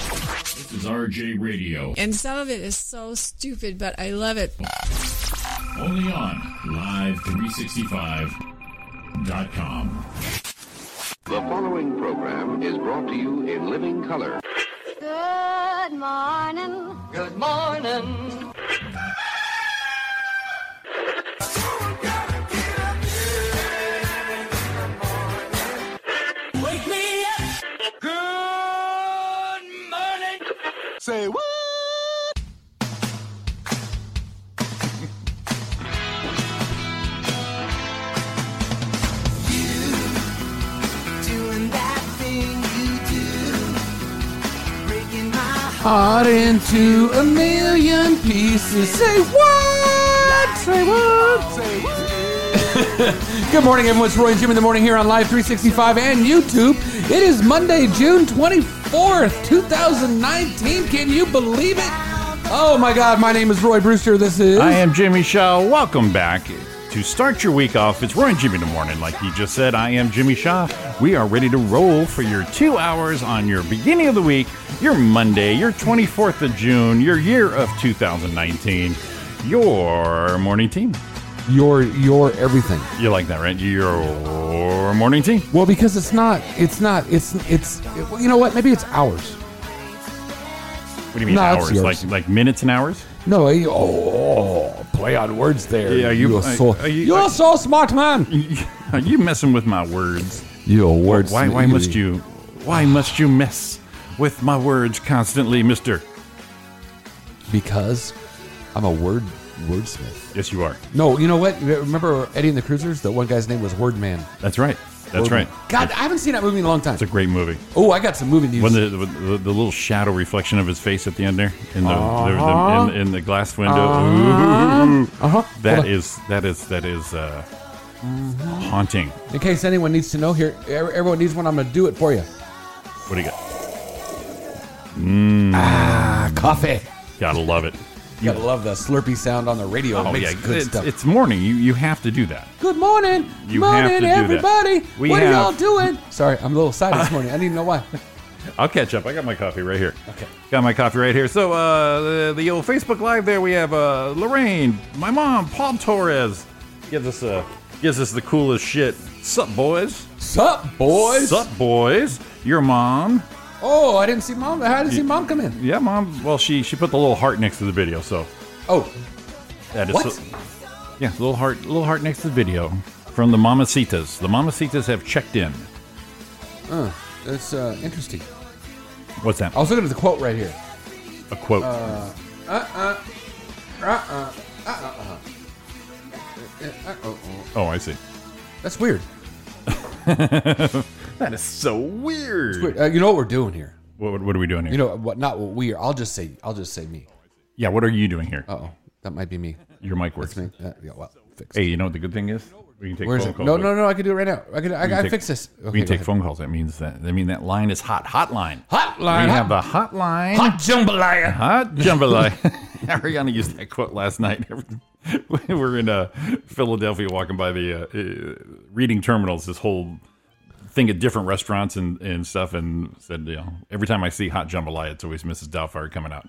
This is RJ Radio. And some of it is so stupid, but I love it. Only on Live365.com. The following program is brought to you in living color. Good morning. Good morning. Wake me up. Good morning. Say what? Doing that thing you do, breaking my Heart into a million pieces. Say what? Say what? Say what? Good morning, everyone. It's Roy and Jim in the morning here on Live 365 and YouTube. It is Monday, June 24th, 2019. Can you believe it? Oh my God, my name is Roy Brewster. This is. I am Jimmy Shaw. Welcome back. To start your week off, it's Roy and Jimmy in the morning. Like he just said, I am Jimmy Shaw. We are ready to roll for your two hours on your beginning of the week, your Monday, your 24th of June, your year of 2019, your morning team. your your everything. You like that, right? Your morning team. Well, because it's not, it's not, it's, it's, you know what? Maybe it's hours. What do you mean No, it's hours? yours. Like like minutes and hours? No, I- oh, oh, play on words there. Yeah, you- are so, are you- you, are so smart, man. Are you messing with my words? You are words. Why why must you why must you mess with my words constantly, Mister? Because I'm a word wordsmith. Yes, you are. No, you know what? Remember Eddie and the Cruisers? That one guy's name was Wordman. That's right. That's Wordman. right. God, I haven't seen that movie in a long time. It's a great movie. Oh, I got some movie news. When the, the, the, the little shadow reflection of his face at the end there in the, there was the in, in the glass window. uh-huh. That Hold on. is that is that is uh, haunting. in case anyone needs to know here, e- everyone needs one. I'm gonna do it for you. What do you got? Coffee. Gotta love it. You gotta love the slurpy sound on the radio. it makes good Oh, it's, stuff. it's morning. You you have to do that. Good morning, You morning, have to do that. everybody. We what have- are y'all doing? Sorry, I'm a little excited this morning. I need to know why. I'll catch up. I got my coffee right here. Okay. Got my coffee right here. So uh, the, the old Facebook Live there, we have uh, Lorraine, my mom, Paul Torres, gives us uh, gives us the coolest shit. Sup, boys? Sup, boys? Sup, boys? Your mom? Oh, I didn't see mom. I didn't see mom come in. Yeah, mom. Well, she she put the little heart next to the video, so Oh, that is. What? So, yeah, little heart, little heart next to the video from the Mamacitas. The Mamacitas have checked in. that's uh, interesting. What's that? I was looking at the quote right here. A quote. Uh, uh-uh, oh, I see. That's weird. That is so weird. Weird. Uh, you know what we're doing here? What, what are we doing here? You know what? Not what we are. I'll just say. I'll just say me. yeah, what are you doing here? Uh oh, that might be me. Your mic works. That's me. Uh, yeah, well, fixed. Hey, you know what the good thing is? We can take Where is phone it? calls. No, no, no. I can do it right now. I can. I, We I can fix this. we can go take ahead. phone calls. That means that. I mean, that line is hot. Hotline. Hotline. hot, We have the hotline. hot jambalaya. Hot jambalaya. Ariana used that quote last night. we were in uh, Philadelphia walking by the uh, uh, reading terminals, this whole thing at different restaurants and, and stuff, and said, you know, every time I see hot jambalaya, it's always Mrs. Doubtfire coming out.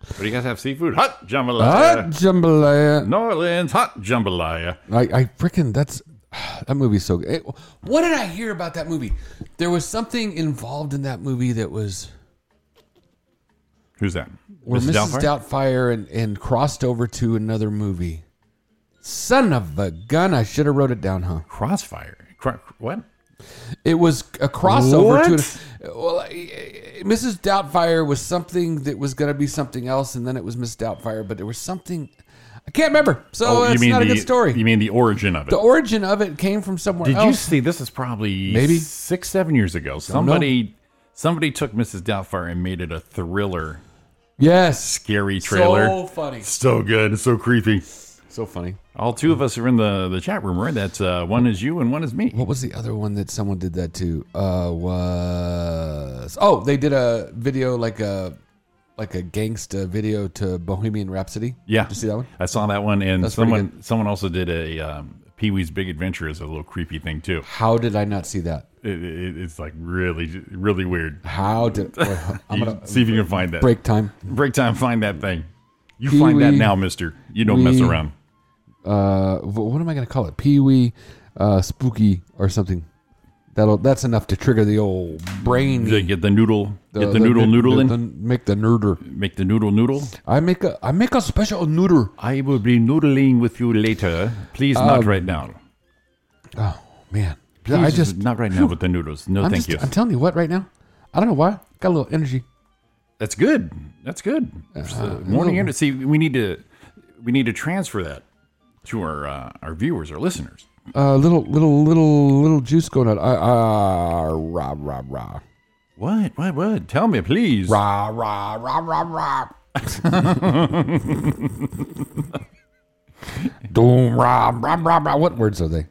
What do you guys have seafood? Hot Hot jambalaya. Ah, jambalaya. New Orleans hot jambalaya. I, I freaking. That's that movie's so good. It- what did I hear about that movie? There was something involved in that movie that was. Who's that? where Mrs. Doubtfire? Doubtfire, and, and crossed over to another movie. Son of a gun! I should have wrote it down, huh? Crossfire. Cro- what? It was a crossover What? to. Well, I- I- Mrs. Doubtfire was something that was going to be something else, and then it was Miss Doubtfire. But there was something I can't remember, so it's Oh, not the a good story. You Oh, mean the origin of it? the origin of it came from somewhere Did you else. see? This is probably Maybe. six, seven years ago. know. Somebody, somebody took Mrs. Doubtfire and made it a thriller, yes, scary trailer. So funny, So good, so creepy. so funny. All two of us are in the, the chat room, right? That's uh, one is you and one is me. What was the other one that someone did that to? Uh, was oh they did a video like a like a gangsta video to Bohemian Rhapsody. Yeah, Did you see that one? I saw that one, and That's pretty someone someone also did a um, Pee Wee's Big Adventure is a little creepy thing too. How did I not see that? It, it, it's like really, really weird. How did wait, I'm You- gonna see if you can find that. break time? Break time. Find that thing. You find that Pee-wee- now, Mister. You don't mess Wee- around. Uh, wh- what am I gonna call it? Pee wee, uh, spooky or something. That'll that's enough to trigger the old brain. You get the noodle. the- get the, noodle the- noodle in. the- make the nerder. Make the noodle noodle. I make a I make a special nerder. I will be noodling with you later. Please, not right now. Oh, Man, Uh, I Please, just not right now with the noodles. No, I'm thank just, you. I'm telling you what, right now, I don't know why. Got a little energy. That's good. That's good. Uh, morning energy. See, we need to we need to transfer that to our uh, our viewers, our listeners. Uh, little, little, little, little juice going out. Ah, uh, rah, rah, rah, What? What? What? Tell me, please. rah, rah, rah, rah, rah. Doom, rah, rah, rah, rah. What words are they?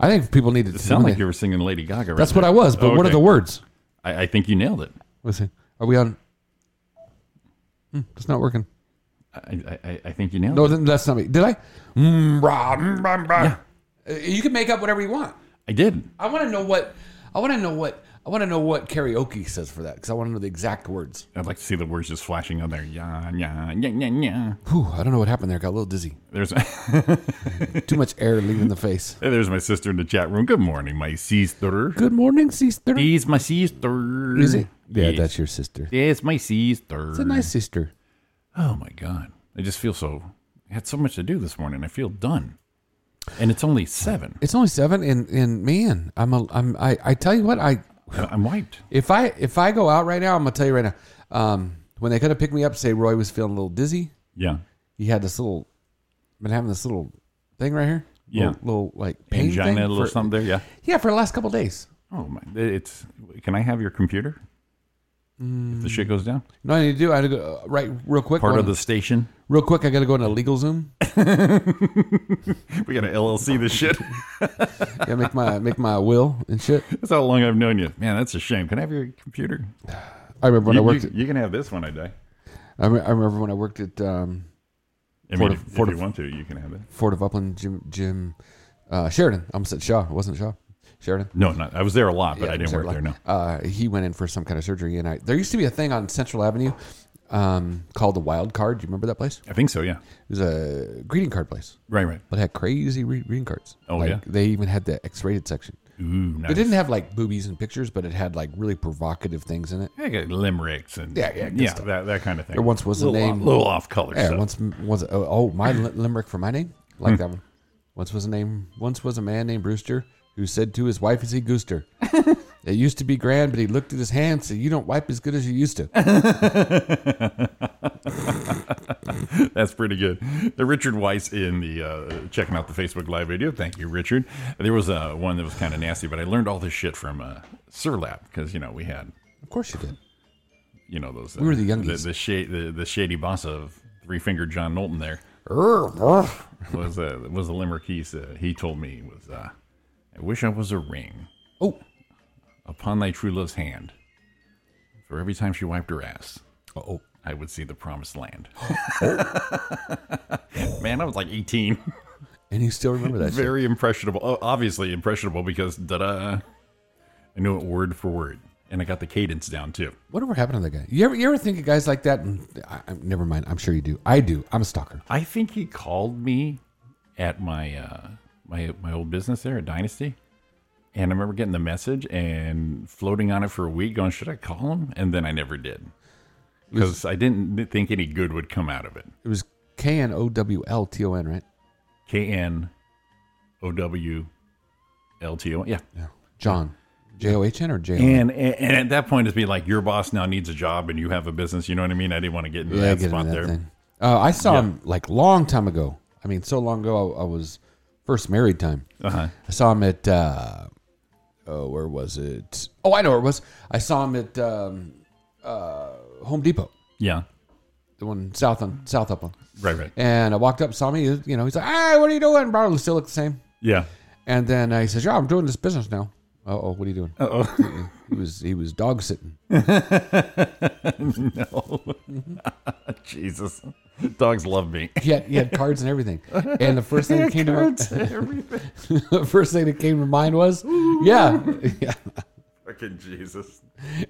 I think people need to It sounded like you were singing Lady Gaga. Right That's what there. I was, but what are Okay. the words? I, I think you nailed it. Listen, are we on? Hmm, it's not working. I, I, I think you nailed No, it. then that's not me. Did I? Mm, rah, mm, rah, rah. Uh, You can make up whatever you want. I did. I want to know what I want to know what I want to know what karaoke says for that because I want to know the exact words. I'd like to see the words just flashing on there. Yeah, yeah, yeah, yeah, yeah. Whew, I don't know what happened there. Got a little dizzy. There's Too much air leaving the face. there's my sister in the chat room. Good morning, my sister. Good morning, sister. He's my sister. Is it? Yeah, Yes. that's your sister. Yes, my sister. It's a nice sister. Oh my god! I just feel so. I had so much to do this morning. I feel done, and it's only seven. It's only seven, and and man, I'm a I'm I I tell you what I I- I'm wiped. if I if I go out right now, I'm gonna tell you right now. Um, when they could have picked me up, say Roy was feeling a little dizzy. Yeah, He had this little been having this little thing right here. Yeah. little, little, like pain thing angina, a little for- something there. Yeah. Yeah, for the last couple days. Oh my! It's. Can I have your computer? If the shit goes down, No, I need to do. I had to go uh, right real quick. part one- of the station. real quick. I got to go into legal Zoom. We got to LLC this shit. Yeah, make my make my will and shit. that's how long I've known you, man. That's a shame. Can I have your computer? I remember when you, I worked. you- at, you can have this when I die. I, re- I remember when I worked at um, I mean, Fort- if, if Fort- you want to, you can have it. Fort of Upland Jim Jim uh, Sheridan. I almost said Shaw. It wasn't Shaw. Sheridan. No, not. I was there a lot, but Yeah, I didn't work Sarah there. No. Lyle. Uh, he went in for some kind of surgery, and I there used to be a thing on Central Avenue um, called the Wild Card. Do you remember that place? I think so. Yeah. It was a greeting card place, Right. Right. but it had crazy re- greeting cards. Oh, Like, yeah? They even had the X-rated section. Ooh, nice. It didn't have like boobies and pictures, but it had like really provocative things in it. I got limericks and Yeah, yeah, good stuff. that, that kind of thing. There once was a little name- off, little off color. Yeah, stuff. once was oh, oh my li- limerick for my name like that one. Once was a name. Once was a man named Brewster who said to his wife as he goosed her, "It used to be grand, but he looked at his hands, so you don't wipe as good as you used to." That's pretty good. The Richard Weiss in the uh, checking out the Facebook live video. Thank you, Richard. There was uh, one that was kind of nasty, but I learned all this shit from uh, Sirlap because you know we had Of course you did. you know those. We were uh, the youngies. The, the, shade, the, the shady boss of three fingered John Knowlton. There Oh, was uh, was a limerick he uh, he told me was uh, I wish I was a ring Oh, upon thy true love's hand, for every time she wiped her ass. oh. I would see the promised land. Man, I was like 18. And you still remember that? shit. Very impressionable. Oh, obviously impressionable because da da. I knew it word for word, and I got the cadence down too. Whatever happened to that guy? You ever, you ever think of guys like that? And I, I, never mind. I'm sure you do. I do. I'm a stalker. I think he called me at my uh, my my old business there at Dynasty, and I remember getting the message and floating on it for a week, going, "Should I call him?" And then I never did because I didn't think any good would come out of it. It was K N O W L T O N, right? K N O W L T O. Yeah. Yeah. John. J O H N or J O N? And, and and at that point, it'd be like your boss now needs a job and you have a business. You know what I mean? I didn't want to get into Yeah, that get into spot that there. thing. Uh, I saw him like long time ago. I mean, so long ago I, I was first married time. Uh-huh. I saw him at uh, oh, where was it? Oh, I know where it was. I saw him at um, uh, Home Depot, Yeah. the one south on South Upland. Right, right. And I walked up, saw me. You know, he's like, "Hey, what are you doing?" Bro, still look the same. Yeah. And then uh, he says, "Yeah, I'm doing this business now." Uh oh, what are you doing? Uh oh. He was he was dog sitting. no. Jesus. Dogs love me. He had, he had cards and everything. And the first thing that came to my, everything. the first thing that came to mind was, yeah, yeah. Fucking Jesus.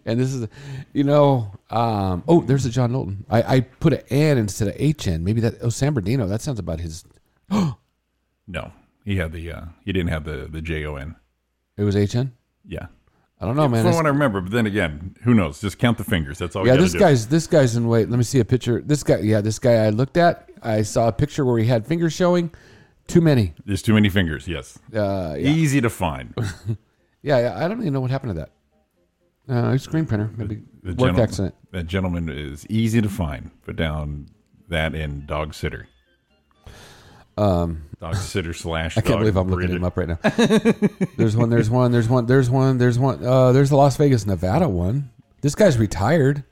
And this is, you know, um, oh, there's a John Knowlton. I, I put an N instead of H N. Maybe that. Oh, San Bernardino. That sounds about his. No. He had the uh he didn't have the the J O N. It was H N. Yeah. I don't know, man. From It's- what I remember, but then again, who knows? Just count the fingers. That's all. yeah, we gotta this do. guy's this guy's in wait. Let me see a picture. This guy, yeah, this guy I looked at. I saw a picture where he had fingers showing. Too many. There's too many fingers. Yes, Uh, yeah. easy to find. yeah, yeah. I don't even know what happened to that. Uh, screen printer, maybe work gentleman- accident. That gentleman is easy to find. Put down that and dog sitter. Um, dog sitter slash. I can't believe I'm looking him up right now. there's one. There's one. There's one. There's one. There's one. Uh, there's the Las Vegas, Nevada one. This guy's retired.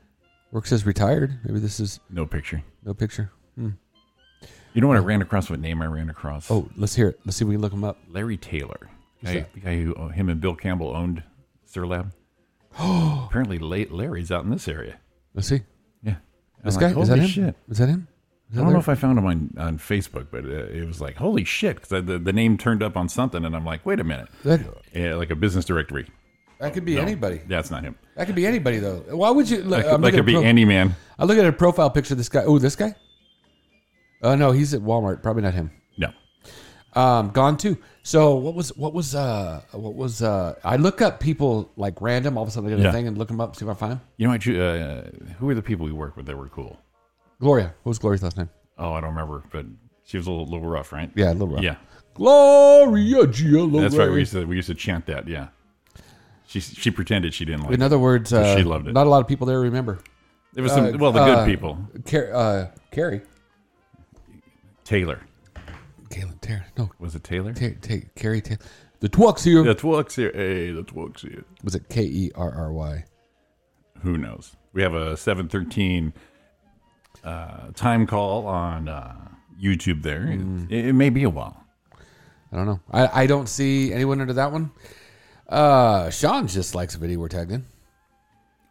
Works as retired. Maybe this is No picture. no picture. You know what I ran across? What name I ran across? Oh, let's hear it. Let's see if we can look him up. Larry Taylor, guy, the guy who oh, him and Bill Campbell owned Sirlab. Apparently, late Larry's out in this area. Let's see. Yeah, I'm This like, guy is that "Holy him? Shit. Is that him? I don't know if I found him on, on Facebook, but uh, it was like, holy shit, because the, the name turned up on something, and I'm like, wait a minute. That, Yeah, like a business directory. that could be No, anybody. That's not him. That could be anybody though. Why would you? That I'm could, that looking could at be pro- any man. I look at a profile picture. of This guy. Oh, this guy. Oh no, he's at Walmart. Probably not him. No. Um, gone too. So what was what was uh what was uh I look up people like random. All of a sudden, I get a Yeah. thing and look them up. See if I find them. You know, I, ju- uh, who were the people we worked with that were cool? Gloria. What was Gloria's last name? Oh, I don't remember, but she was a little, little rough, right? Yeah, a little rough. Yeah. Gloria Giolo. That's right. We used, to, we used to chant that. Yeah. She she pretended she didn't like In it. other words, uh, She loved it. Not a lot of people there remember. There was some, well, the uh, good people. Car- uh, Carrie. Taylor. Galen Taylor. No, Was it Taylor? Ta- Ta- Carrie Taylor. The Twux here. That works here. Hey, that works here. Was it K E R R Y? who knows? We have a 713 uh, time call on uh, YouTube there. Hmm. It, it may be a while. I don't know. I, I don't see anyone under that one. Uh, Sean just likes a video we're tagged in.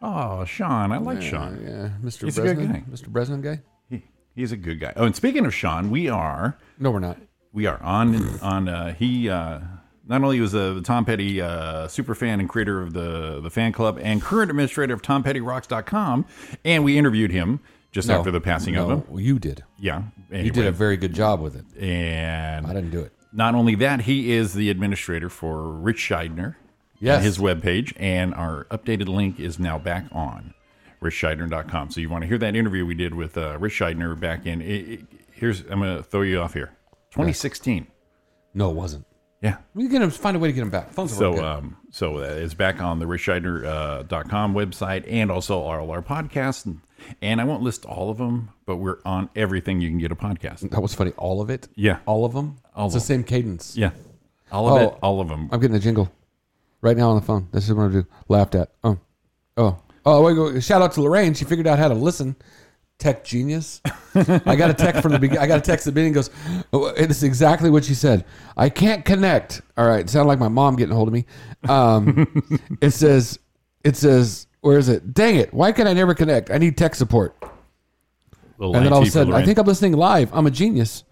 Oh, Sean. I like Sean. Yeah, Mr. He's a good Bresnan. guy. Mr. Bresnan guy? He, he's a good guy. Oh, and speaking of Sean, we are No, we're not. we are on on uh, he uh, not only was a Tom Petty uh, super fan and creator of the the fan club and current administrator of TomPettyRocks.com, and we interviewed him just No. after the passing no, of him. You did. Yeah, You did a anyway. very good job with it. and I didn't do it. Not only that, he is the administrator for Rich Scheidner. Yes. His webpage. And our updated link is now back on richscheidner.com. So you want to hear that interview we did with uh, Rich Scheidner back in. It, it- here's, I'm going to throw you off here 2016. No, it wasn't. Yeah. We can find a way to get him back. Phones so, So, um, so uh, it's back on the richscheidner.com uh, dot com website and also all our podcasts. And, and I won't list all of them, but we're on everything you can get a podcast. that was funny. All of it. Yeah. All of them. All it's of the same cadence. Yeah. All of Oh. it. All of them. I'm getting a jingle right now on the phone. This is what I do. Laughed at. Oh, oh, oh! Wait, wait, shout out to Lorraine. She figured out how to listen. Tech genius. I got a text from the beginning. I got a text at the beginning. Goes, oh, it is exactly what she said. I can't connect. All right, sound like my mom getting a hold of me. Um, it says, it says, where is it? Dang it! Why can I never connect? I need tech support. Little And then all of IT a for sudden, I Lorraine. think I'm listening live. I'm a genius.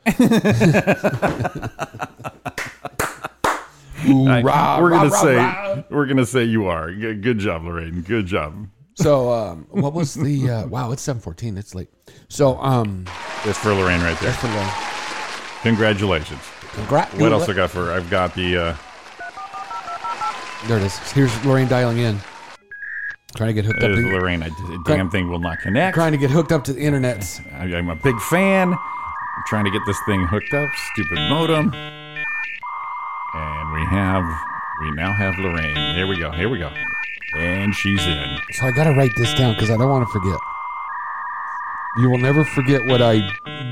Ooh, I- rah, we're rah, rah, gonna say rah. we're gonna say you are. G- Good job, Lorraine. Good job. So um, what was the uh, wow? It's seven fourteen. It's late. So um, That's for Lorraine right there. for the Congratulations. congrat- What else I got for? her? I've got the. Uh, There it is. Here's Lorraine dialing in, trying to get hooked up. there's To, uh, Lorraine. I, the damn thing will not connect. I, trying to get hooked up to the internet. I'm a big fan. I'm trying to get this thing hooked up. Stupid modem. And we have. We now have Lorraine. Here we go. Here we go. And she's in. So I gotta write this down because I don't want to forget. You will never forget what I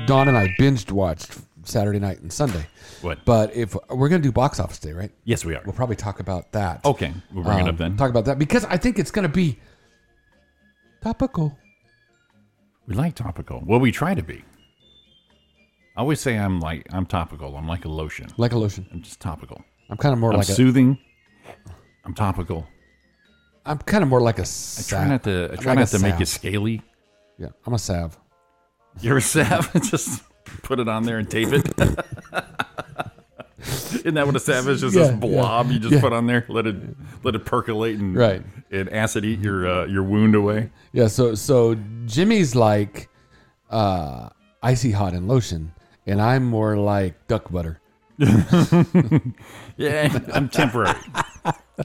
Don and I binged watched Saturday night and Sunday. What? But if we're gonna do box office day, right? Yes, we are. We'll probably talk about that. Okay, we'll bring it Um, up then. Talk about that because I think it's gonna be topical. We like topical. Well, we try to be. I always say I'm like I'm topical. I'm like a lotion. Like a lotion. I'm just topical. I'm kind of more I'm like a soothing. I'm topical. I'm kind of more like a. I Sav. try not to. I I'm try like a not to make sav. you scaly. Yeah, I'm a sav. You're a sav. Just put it on there and tape it. Isn't that what a sav is? Just Yeah, this yeah, blob you just yeah. put on there. Let it let it percolate and Right. and acid eat your uh, your wound away. Yeah. So so Jimmy's like uh, icy hot and lotion, and I'm more like duck butter. Yeah, I'm temporary.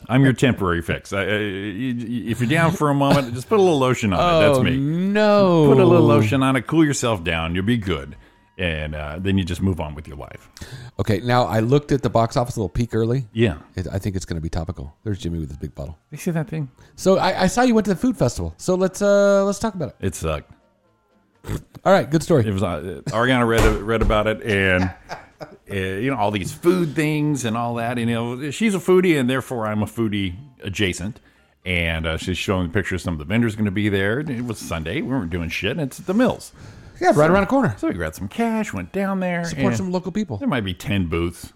I'm your temporary fix. I, I, you- you- if you're down for a moment, just put a little lotion on it. That's me. Oh, No. Put a little lotion on it. Cool yourself down. You'll be good, and uh, then you just move on with your life. Okay. Now I looked at the box office a little peek early. Yeah. It, I think it's going to be topical. There's Jimmy with his big bottle. You see that thing? So I, I saw you went to the food festival. So let's uh let's talk about it. It sucked. All right. Good story. It was uh, Ariana read read about it, and uh, you know all these food things and all that. And you know she's a foodie, and therefore I'm a foodie adjacent. And uh, she's showing pictures. Some of the vendors going to be there. And It was Sunday. We weren't doing shit. And it's at the Mills, yeah. Right around the corner. so we grabbed some cash, went down there, Support and some local people. There might be ten booths,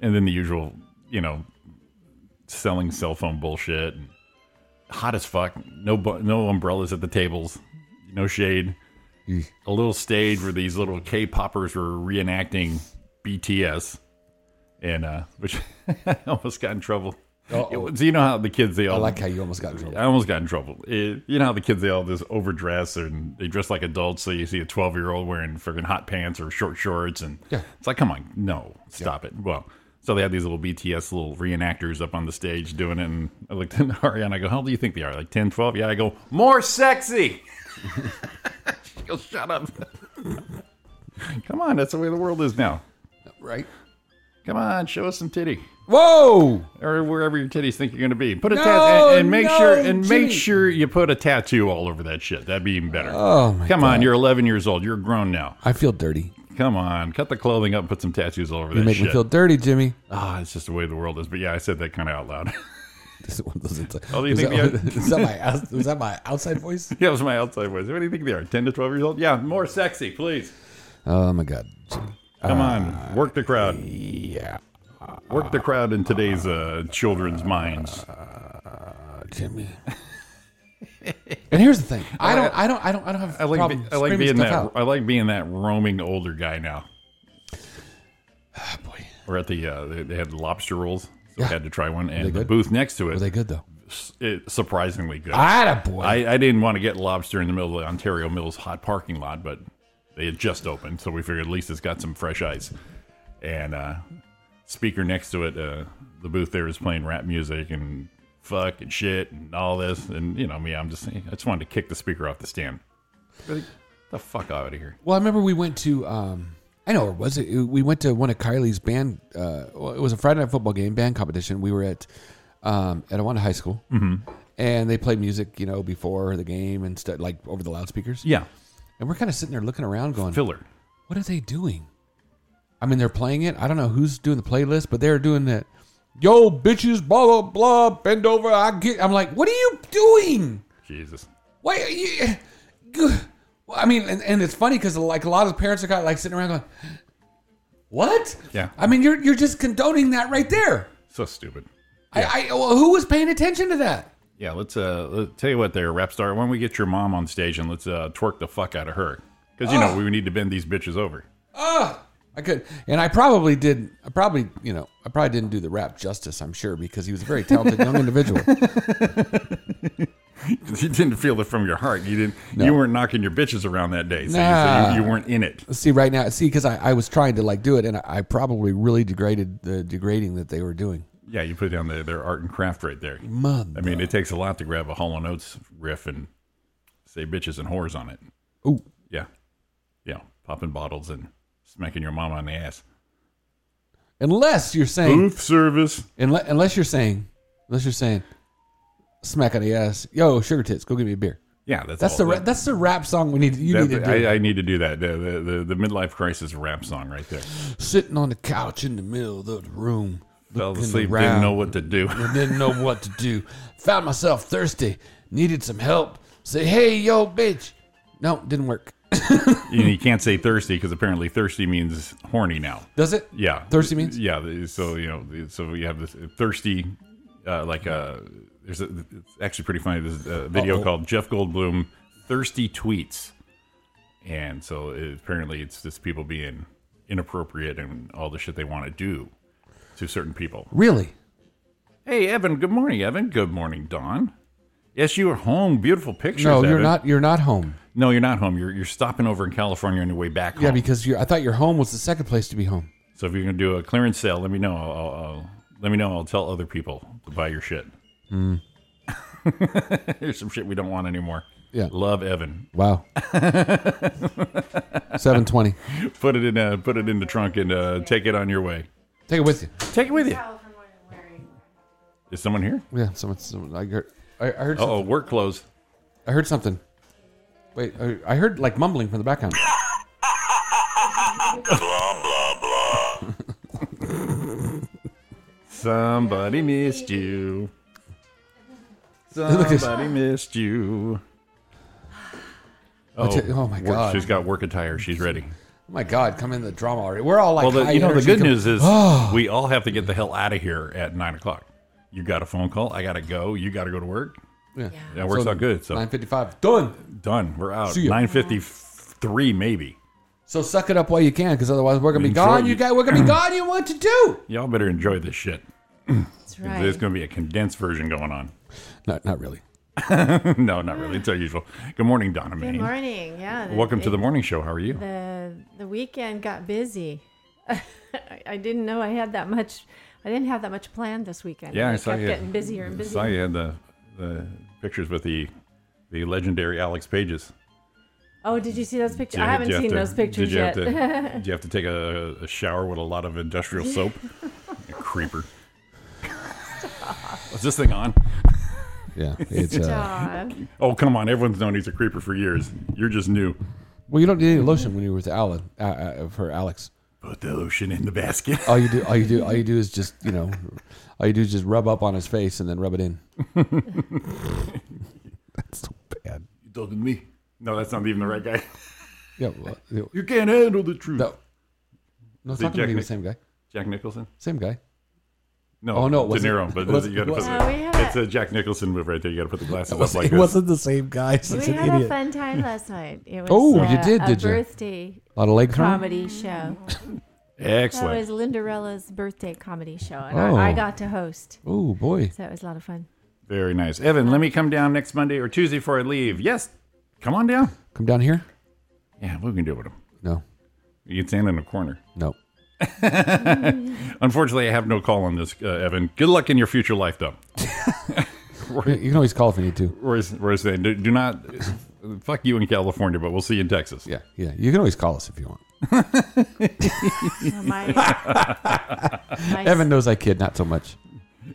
and then the usual, you know, selling cell phone bullshit. And hot as fuck. No, bu- no umbrellas at the tables. No shade. Eesh. A little stage where these little K-poppers were reenacting BTS, and uh, which I almost got in trouble. Uh-oh. It was- you know how the kids they all I like how you almost got in trouble. I almost got in trouble. It- you know how the kids they all just overdress and they dress like adults. So you see a twelve year old wearing friggin' hot pants or short shorts, and Yeah. it's like, come on, no, stop it. Well, so they had these little BTS little reenactors up on the stage doing it, and I looked at Ariana. I go, how old do you think they are? Like 10, 12? Yeah. I go, more sexy. she goes, shut up. come on, that's the way the world is now. Right. Come on, show us some titty Whoa. or wherever your titties think you're going to be. Put a No, tattoo and, and make no, sure and Jimmy. make sure you put a tattoo all over that shit. That'd be even better. Oh my Come on, you're 11 years old. You're grown now. I feel dirty. Come on, cut the clothing up, and put some tattoos all over You that make shit. me feel dirty, Jimmy. Ah, it's just the way the world is. But yeah, I said that kind of out loud. This is one of those. It's like, Oh, do you was, think that, the- was that my out- was that my outside voice? that was my outside voice. What do you think they are? 10 to 12 years old? Yeah, more sexy, please. Oh my god, Jimmy. Come on, work the crowd. Uh, Yeah, Work the crowd in today's uh, children's minds. Jimmy. and here's the thing. I don't. I don't. I don't. I don't have. I like be, problem I like screaming being stuff that out. I like being that roaming older guy now. boy. We're at the uh, they, they had lobster rolls, so we Yeah. had to try one, and the good? booth next to Were it, they good though? it surprisingly good. I, I boy. I, didn't want to get lobster in the middle of the Ontario Mills hot parking lot, but they had just opened, so we figured at least it's got some fresh ice. And uh, speaker next to it, uh, the booth there was playing rap music and fuck and shit and all this, and you know me, I'm just I just wanted to kick the speaker off the stand. Really? The fuck out of here. well, I remember we went to. um I know, or was it? We went to one of Kylie's band. Uh, well, it was a Friday night football game band competition. We were at um, at Awanda High School, and they played music, you know, before the game and stuff, like over the loudspeakers. Yeah, And we're kind of sitting there looking around, going, filler. what are they doing? I mean, they're playing it. I don't know who's doing the playlist, but they're doing that. Yo, bitches, blah blah blah. Bend over. I get. I'm like, what are you doing? Jesus. Why are you? Gah. Well, I mean, and, and it's funny because like a lot of parents are kind of like sitting around going, "What?" Yeah. I mean, you're you're just condoning that right there. So stupid. I, I well, who was paying attention to that? Yeah, let's uh let, tell you what there, rap star. Why don't we get your mom on stage and let's uh twerk the fuck out of her? Because you know we need to bend these bitches over. I could, and I probably did. I probably, you know, I probably didn't do the rap justice. I'm sure because he was a very talented young individual. you didn't feel it from your heart. You didn't. You weren't knocking your bitches around that day, so, you, so Nah. you, you weren't in it. see right now see because I, I was trying to like do it and I, I probably really degraded the degrading that they were doing Yeah, you put down the, their art and craft right there. I mother mean, it takes a lot to grab a Hall and Oates riff and say bitches and whores on it. ooh Yeah, yeah, popping bottles and smacking your mom on the ass. unless you're saying Booth service. unless, unless you're saying unless you're saying smack on the ass yo sugar tits go get me a beer Yeah, that's that's all. the ra- that's the rap song we need you That- need to do I, I need to do that. The, the, the, the midlife crisis rap song right there. sitting on the couch in the middle of the room fell looking asleep, didn't around. know what to do. didn't know what to do. Found myself thirsty, needed some help. Say, hey, yo, bitch. No, didn't work. and you can't say thirsty because apparently thirsty means horny now. Does it? Yeah, Thirsty means? yeah. So you know, so you have this thirsty uh, like uh, there's a, it's actually pretty funny. There's a video Uh-oh. called Jeff Goldblum thirsty tweets, and so it, apparently it's just people being inappropriate and all the shit they want to do to certain people. Really? Hey, Evan. Good morning, Evan. Good morning, Don. Yes, you are home. Beautiful pictures. No, you're Evan. not. You're not home. No, you're not home. You're you're stopping over in California on your way back home. Yeah, because you're, I thought your home was the second place to be home. So if you're gonna do a clearance sale, let me know. I'll, I'll, I'll let me know. I'll tell other people to buy your shit. Mm. Here's some shit we don't want anymore. Yeah. love Evan. Wow. Seven twenty. Put it in. Uh, put it in the trunk and uh, take it on your way. Take it with you. Take it with you. Is someone here? Yeah. Someone. someone I heard. I, I heard. Uh oh, work clothes. I heard something. Wait. I, I heard like mumbling from the background. Oh Somebody missed you. at this. Somebody missed you. I'll tell you- oh my work- God. She's got work attire. She's ready. Oh my God! Come in the drama already. We're all like. Well, the, high you know, the energy good com- Ah. news is we all have to get the hell out of here at nine o'clock. You got a phone call. I got to go. You got to go to work. Yeah. That works out good. So Nine fifty-five. Done. done. We're out. See ya. Nine fifty-three, maybe. So suck it up while you can, because otherwise we're gonna be Enjoy gone. You it. guys, we're gonna be gone. You want to do? Y'all better enjoy this shit. That's right. There's going to be a condensed version going on. No, not really. no, not really. It's our usual. Good morning, Donna Good Good morning. Yeah. Welcome to the morning show. How are you? The, the weekend got busy. I, I didn't know I had that much. I didn't have that much planned this weekend. Yeah, It I saw kept you. Getting busier and I busier. saw you had the, the pictures with the the legendary Alex Pages. Oh, did you see those pictures? Did you- I haven't did you have seen to- those pictures did you yet. Have to, did you have to take a, a shower with a lot of industrial soap? You creeper. Is this thing on? Yeah. It's. Uh, Aw, Oh, come on. Everyone's known he's a creeper for years. You're just new. well, you don't need any lotion when you're with Alan. Uh, uh, for Alex. Put the lotion in the basket. All you do, all you do, all you do is just you know, all you do is just rub up on his face and then rub it in. That's so bad. You talking to me? No, that's not even the right guy. Yeah, well, you- You can't handle the truth. no, no, it's See, not gonna Jack be the Nic- same guy. Jack Nicholson? Same guy. No. Oh, no, it De wasn't- Niro. But it wasn't- you gotta it put wasn't- Oh, we the, had a- it's a Jack Nicholson move right there. You got to put the glasses up like it this. wasn't the same guy. Such we an had idiot. a fun time last night. It was Oh, uh, you did, a did you? birthday A lot of leg throwing? comedy show. Mm. That Excellent. was Lindarella's birthday comedy show, and Oh. I, I got to host. Oh boy, So that was a lot of fun. Very nice. Evan, let me come down next Monday or Tuesday before I leave. Yes. Come on down. come down here. Yeah, we can do it with him. No, You can stand in a corner. no. Unfortunately, I have no call on this, uh, Evan. Good luck in your future life, though. You you can always call if you need to. Roy's, Roy's saying, do, do not fuck you in California, but we'll see you in Texas. Yeah, yeah. You can always call us if you want. So my, my Evan knows I kid, not so much.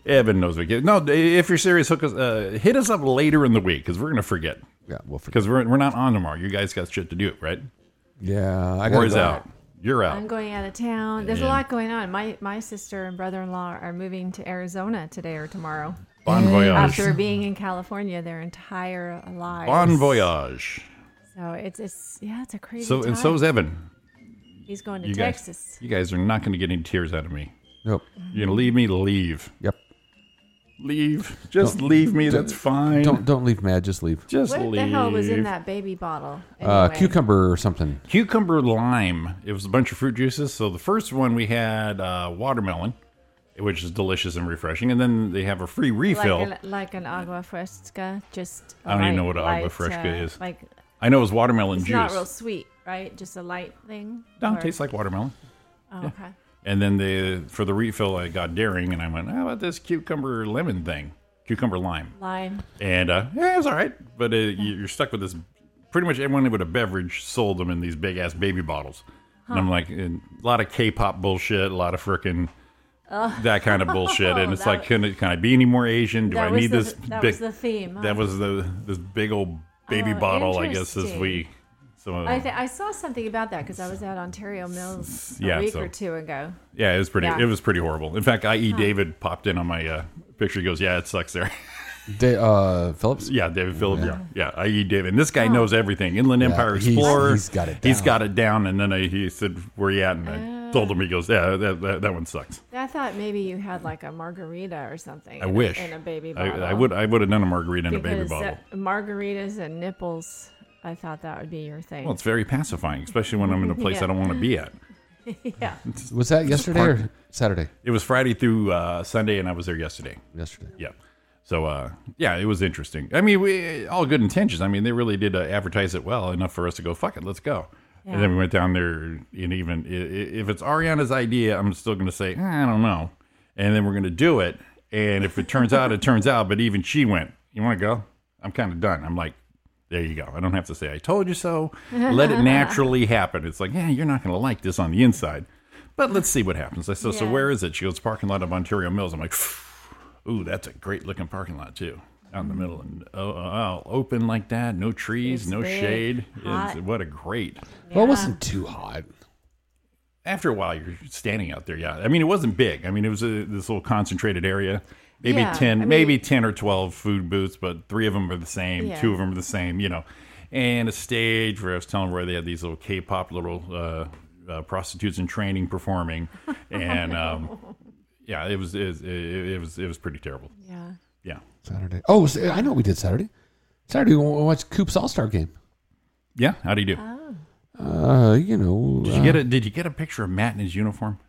Evan knows we get. No, if you're serious, hook us, uh, hit us up later in the week because we're gonna forget Yeah, we'll forget. because we're we're not on tomorrow. You guys got shit to do, right? Yeah, I gotta Roy's go. out. You're out. I'm going out of town. There's a lot going on. My my sister and brother in law are moving to Arizona today or tomorrow Bon voyage. after being in California their entire lives. Bon voyage. So it's it's yeah, it's a crazy. So and so is Evan. he's going to You guys, Texas. you guys are not gonna get any tears out of me. Nope. You're gonna leave me. Leave. Yep. Leave. Just leave me. That's fine. Don't don't leave mad. Just leave. Just What leave. the hell was in that baby bottle? Uh, anyway? cucumber or something. cucumber lime. It was a bunch of fruit juices. So the first one we had uh, watermelon, which is delicious and refreshing, and then they have a free Like, refill. a, like an agua fresca, just I I don't even know what agua fresca is. uh, Like I know it was watermelon it's juice. not real sweet, right? Just a light thing. no, Or- it tastes like watermelon. oh, okay. And then the for the refill, I got daring, and I went, "How about this cucumber lemon thing? Cucumber lime." Lime. And uh, yeah, it was all right, but uh, you- you're stuck with this. Pretty much everyone with a beverage sold them in these big ass baby bottles. And I'm like, and a lot of K-pop bullshit, a lot of frickin' that kind of bullshit. And it's That like, was- can, it- can I be any more Asian? Do That I was need the- this? that was the theme, Oh, huh? That was the this big old baby Oh, bottle, I guess, this interesting. week. So I, th- I saw something about that because I was at Ontario Mills a Yeah, week so- or two ago. yeah, it was pretty. Yeah. It was pretty horrible. In fact, I.E. David popped in on my uh, picture. He goes, "Yeah, it sucks there." Da- uh, Phillips. Yeah, David Phillips. Yeah, yeah. I.E. David. And Oh. this guy knows everything. Inland Empire he's- Explorer. he's got it He's down. got it down. And then I, he said, "Where you at?" And I Oh. told him, he goes, yeah, that, that, that one sucks. I thought maybe you had like a margarita or something. I in a- wish. In a baby I, bottle. I would I would have done a margarita in a baby Because, uh, bottle. margaritas and nipples. I thought that would be your thing. well, it's very pacifying, especially when I'm in a place Yeah. I don't want to be at. yeah. Was that yesterday or Saturday? It was Friday through uh, Sunday, and I was there yesterday. Yesterday. Yeah. So, uh, yeah, it was interesting. I mean, we all good intentions. I mean, they really did uh, advertise it well enough for us to go, fuck it, let's go. And then we went down there, and even i- i- if it's Ariana's idea, I'm still going to say, "Eh, I don't know. And then we're going to do it. And if it turns out, it turns out. But even she went, You want to go? I'm kind of done. I'm like, There you go. I don't have to say, I told you so. Let it naturally happen. It's like, Yeah, you're not going to like this on the inside. But let's see what happens. I said, So Yeah. where is it? She goes, Parking lot of Ontario Mills. I'm like, Ooh, that's a great looking parking lot too. Out in the middle and oh, oh, oh, open like that, no trees, It's no big, shade. hot. It's- what a great. Well, it wasn't too hot. After a while, you're standing out there. Yeah, I mean, it wasn't big. I mean, it was a, this little concentrated area. Maybe Yeah, I ten, mean- maybe ten or twelve food booths, but three of them are the same. Yeah. Two of them are the same. You know, and a stage where I was telling where they had these little K-pop little uh, uh, prostitutes in training performing, and um, yeah, it was it, was- it, it was it was pretty terrible. Yeah. Yeah. Saturday. Oh, s- I know what we did Saturday. Saturday, we watched Coop's All Star game. Yeah, how do you do? Uh, you know, Did you get a Did you get a picture of Matt in his uniform?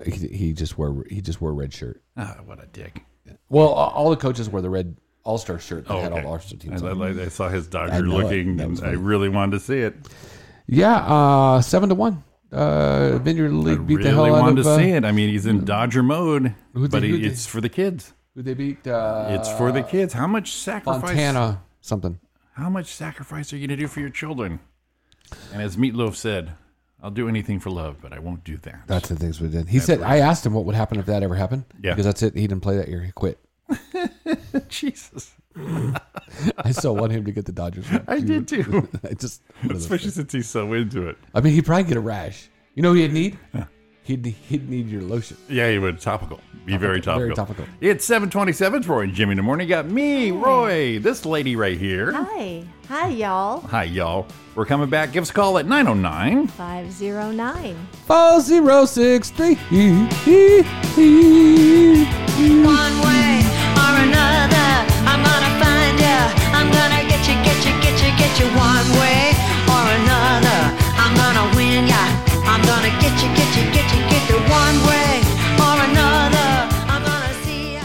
uh, he, he just wore he just wore a red shirt. Ah, what a dick! Well, a- all the coaches wear the red All Star shirt that Oh, had all okay. the All Star I, teams. on. I, I saw his I Dodger know it. looking, That was and I funny. really wanted to see it. Yeah, uh, seven to one. Uh, Vineyard I League beat really the hell out wanted of. to Uh, see it. I mean, he's in Dodger mode, Who did- but who he, did- it's for the kids. Who they beat? Uh, It's for the kids. How much sacrifice? Fontana something. How much sacrifice are you going to do for your children? And as Meatloaf said, "I'll do anything for love, but I won't do that." That's the things we did. He said, I asked him what would happen if that ever happened. Yeah. Because that's it. He didn't play that year. He quit. Jesus. I still want him to get the Dodgers. win. I did too. I just. Especially since he's so into it. I mean, he'd probably get a rash. You know, who he'd need. He'd he'd need your lotion. Yeah, he would. Topical. Be very topical. Very topical. It's 727 Roy and Jimmy in the morning. Got me, Roy, this lady right here. Hi. Hi, y'all. Hi, y'all. We're coming back. Give us a call at 909. 509. Five zero six three. Well, One way or another, I'm gonna find you. I'm gonna get you, get you, get you, get you. One way or another, I'm gonna win ya. I'm gonna get you, get you, get you, get you. One way or another, I'm gonna see ya.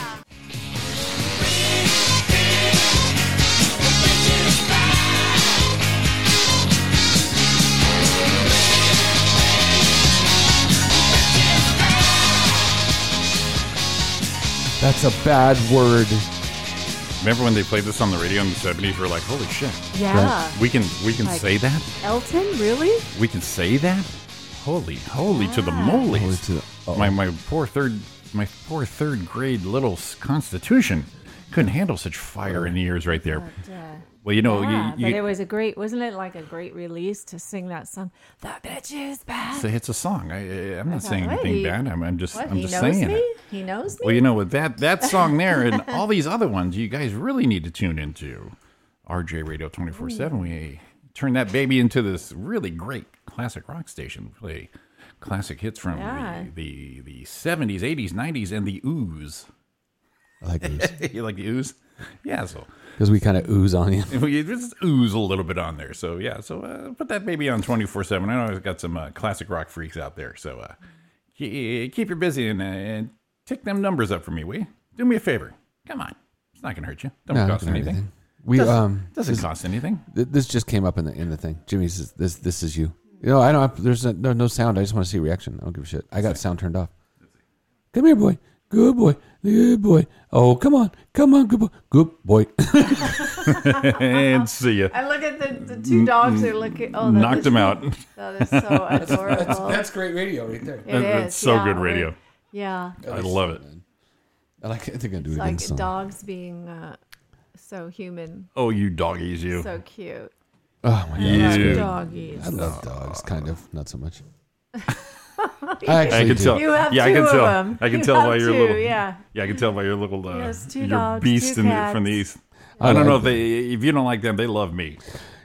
That's a bad word. Remember when they played this on the radio in the 70s? We're like, holy shit. Yeah. We can we can Uh, Like- say that? Elton, really? We can say that? Holy, holy to the Ah. moly. Holy to the- uh-oh. my my poor third my poor third grade little s- constitution couldn't handle such fire in the ears right there. Yeah. Well, you know, you- yeah, you, but it was a great, wasn't it like a great release to sing that song? The bitch is back. it's a, it's a song. I, I- I'm not thought, saying what, anything he- bad. I'm, I'm just What? I'm he just knows saying me? it. He knows me? Well, you know, with that that song there and all these other ones, you guys really need to tune into RJ Radio 24 7. We turn that baby into this really great classic rock station. We play classic hits from Yeah. the, the, the 70s, 80s, 90s, and the ooze. I like ooze you like the ooze? Yeah, so because we kind of ooze on you. we just ooze a little bit on there. So, yeah, so uh, put that baby on 24 7. I know I've got some uh, classic rock freaks out there. So uh, ke- keep you busy and, uh, and tick them numbers up for me, will you? Do me a favor. Come on. It's not going to hurt you. Don't No, cost not anything. anything. We Doesn't, um. doesn't cost anything. th- This just came up in the in the thing. Jimmy says this this is you. You know I don't. Have, there's no, no no sound. I just want to see reaction. I don't give a shit. I got sound turned off. Come here, boy. Good boy. Good boy. Oh, come on. Come on. Good boy. Good boy. and see you. I look at the, the two dogs are looking. Oh, that Knocked is- them out. That is so adorable. great radio right there. It is, That's so yeah, good we- radio. Yeah. I love it. I like. I think I do it It's again. like soon. dogs being uh, so human, Oh, you doggies, you. so cute. Oh my god. Like you. I doggies. love dogs, kind of, not so much. I actually I can do. tell. You have yeah, I two can of tell. them. I can You tell have by your two, little. yeah. Yeah, I can tell by your little. Uh, Yes, two your dogs, beast two in the, from the east. I, don't like know if they. If you don't like them, they love me.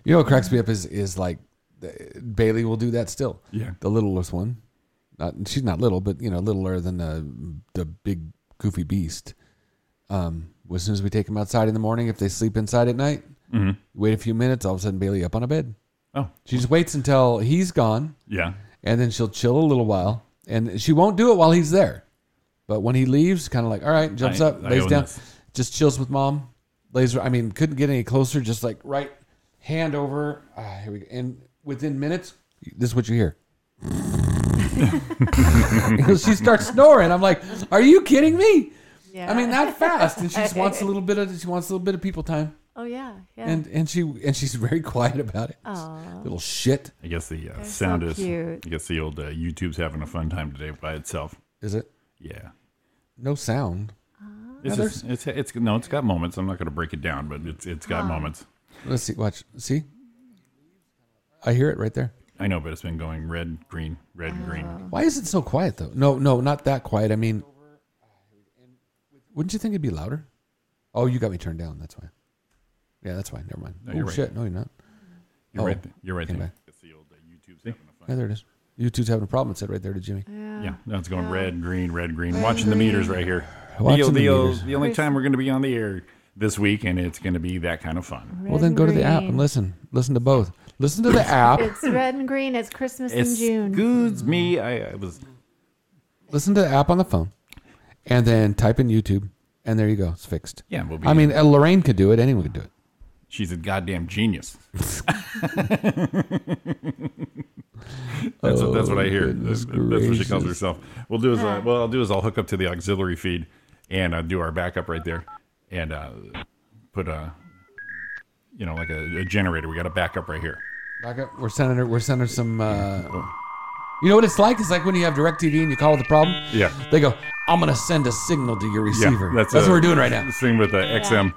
You know what cracks me up is is like uh, Bailey will do that still. Yeah. The littlest one. Not, she's not little, but you know, littler than the the big goofy beast. Um, as soon as we take them outside in the morning, if they sleep inside at night, wait a few minutes, all of a sudden Bailey up on a bed. Oh, She just waits until he's gone, yeah. and then she'll chill a little while, and she won't do it while he's there. But when he leaves, kind of like, all right, jumps I- up, I lays own down, this. just chills with mom. Lays, I mean, couldn't get any closer. Just like right hand over, ah, here we go. and within minutes, this is what you hear. she starts snoring. I'm like, are you kidding me? Yeah. I mean, that fast, and she just wants a little bit of she wants a little bit of people time, Oh yeah. Yeah. and and she and she's very quiet about it. Little shit, I guess the uh, so sound is. cute. I guess the old uh, YouTube's having a fun time today by itself. is it? Yeah. No sound. It's, just, it's it's no, it's got moments. I'm not going to break it down, but it's it's got moments. Let's see. Watch. See? I hear it right there. I know, but it's been going red, green, red, Oh. green. Why is it so quiet though? No, no, not that quiet. I mean, wouldn't you think it'd be louder? Oh, you got me turned down. That's why. Yeah, that's why. Never mind. No, oh you're right. shit! No, you're not. You're Oh, right. th- You're right came there. back. It's the old uh, YouTube's having a Yeah, fun. there it is. You two's having a problem. It said right there to Jimmy. yeah. Yeah, no, it's going red, green, red, green. Watching the meters right here. Watching the, the o- meters. the only time we're going to be on the air this week, and it's going to be that kind of fun. well, then and go to the app green. and listen. Listen to both. Listen to the app. It's red and green. It's Christmas in June. Excuse me. I, I was. listen to the app on the phone, and then type in YouTube, and there you go. It's fixed. Yeah, we'll be. I mean, uh, Lorraine could do it. Anyone could do it. she's a goddamn genius. That's, what, that's what Oh, I hear. That's, that's what she calls herself. We'll do is uh, well, I'll do is I'll hook up to the auxiliary feed and uh, do our backup right there, and uh, put a you know like a, a generator. We got a backup right here. Back up. We're sending her. We're sending her some. Uh, you know what it's like? It's like when you have Directv and you call with a problem. Yeah. They go, I'm gonna send a signal to your receiver. that's a- what we're doing right now. Same with uh, XM,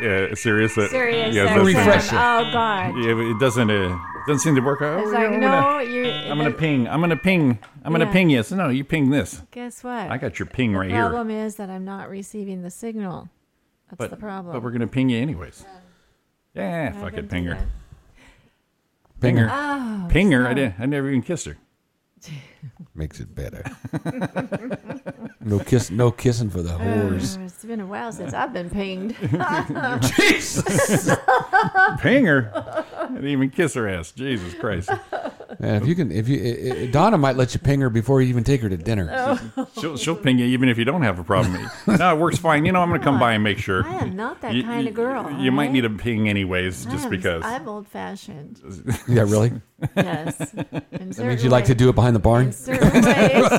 uh, Sirius. Uh, Serious. XM. yeah, that's- Refresh it. Oh God. yeah, it doesn't. Uh, doesn't seem to work. out. It's Oh, like yeah, I'm no, gonna- you. I'm gonna ping. I'm gonna ping. I'm gonna Yeah. ping. Yes. No, you ping this. Guess what? I got your ping right The here. problem is that I'm not receiving the signal. That's but, the problem. But we're gonna ping you anyways. Yeah, I fuck can it, do ping her. that. Ping her. Uh, Oh, Ping her. I didn't. I never even kissed her. Makes it better. no kiss. No kissing for the whores. oh, it's been a while since I've been pinged. Jesus. Ping her. I didn't even kiss her ass. Jesus Christ. Man, if you can, if you, i i Donna might let you ping her before you even take her to dinner. She'll she'll ping you even if you don't have a problem. no, it works fine. You know, I'm gonna come by and make sure. I am not that You- kind you- of girl. You, all might right? need a ping anyways, just I'm- because. I'm old fashioned. Yeah, really. Yes. And That means you like to do it behind the barn. certain ways.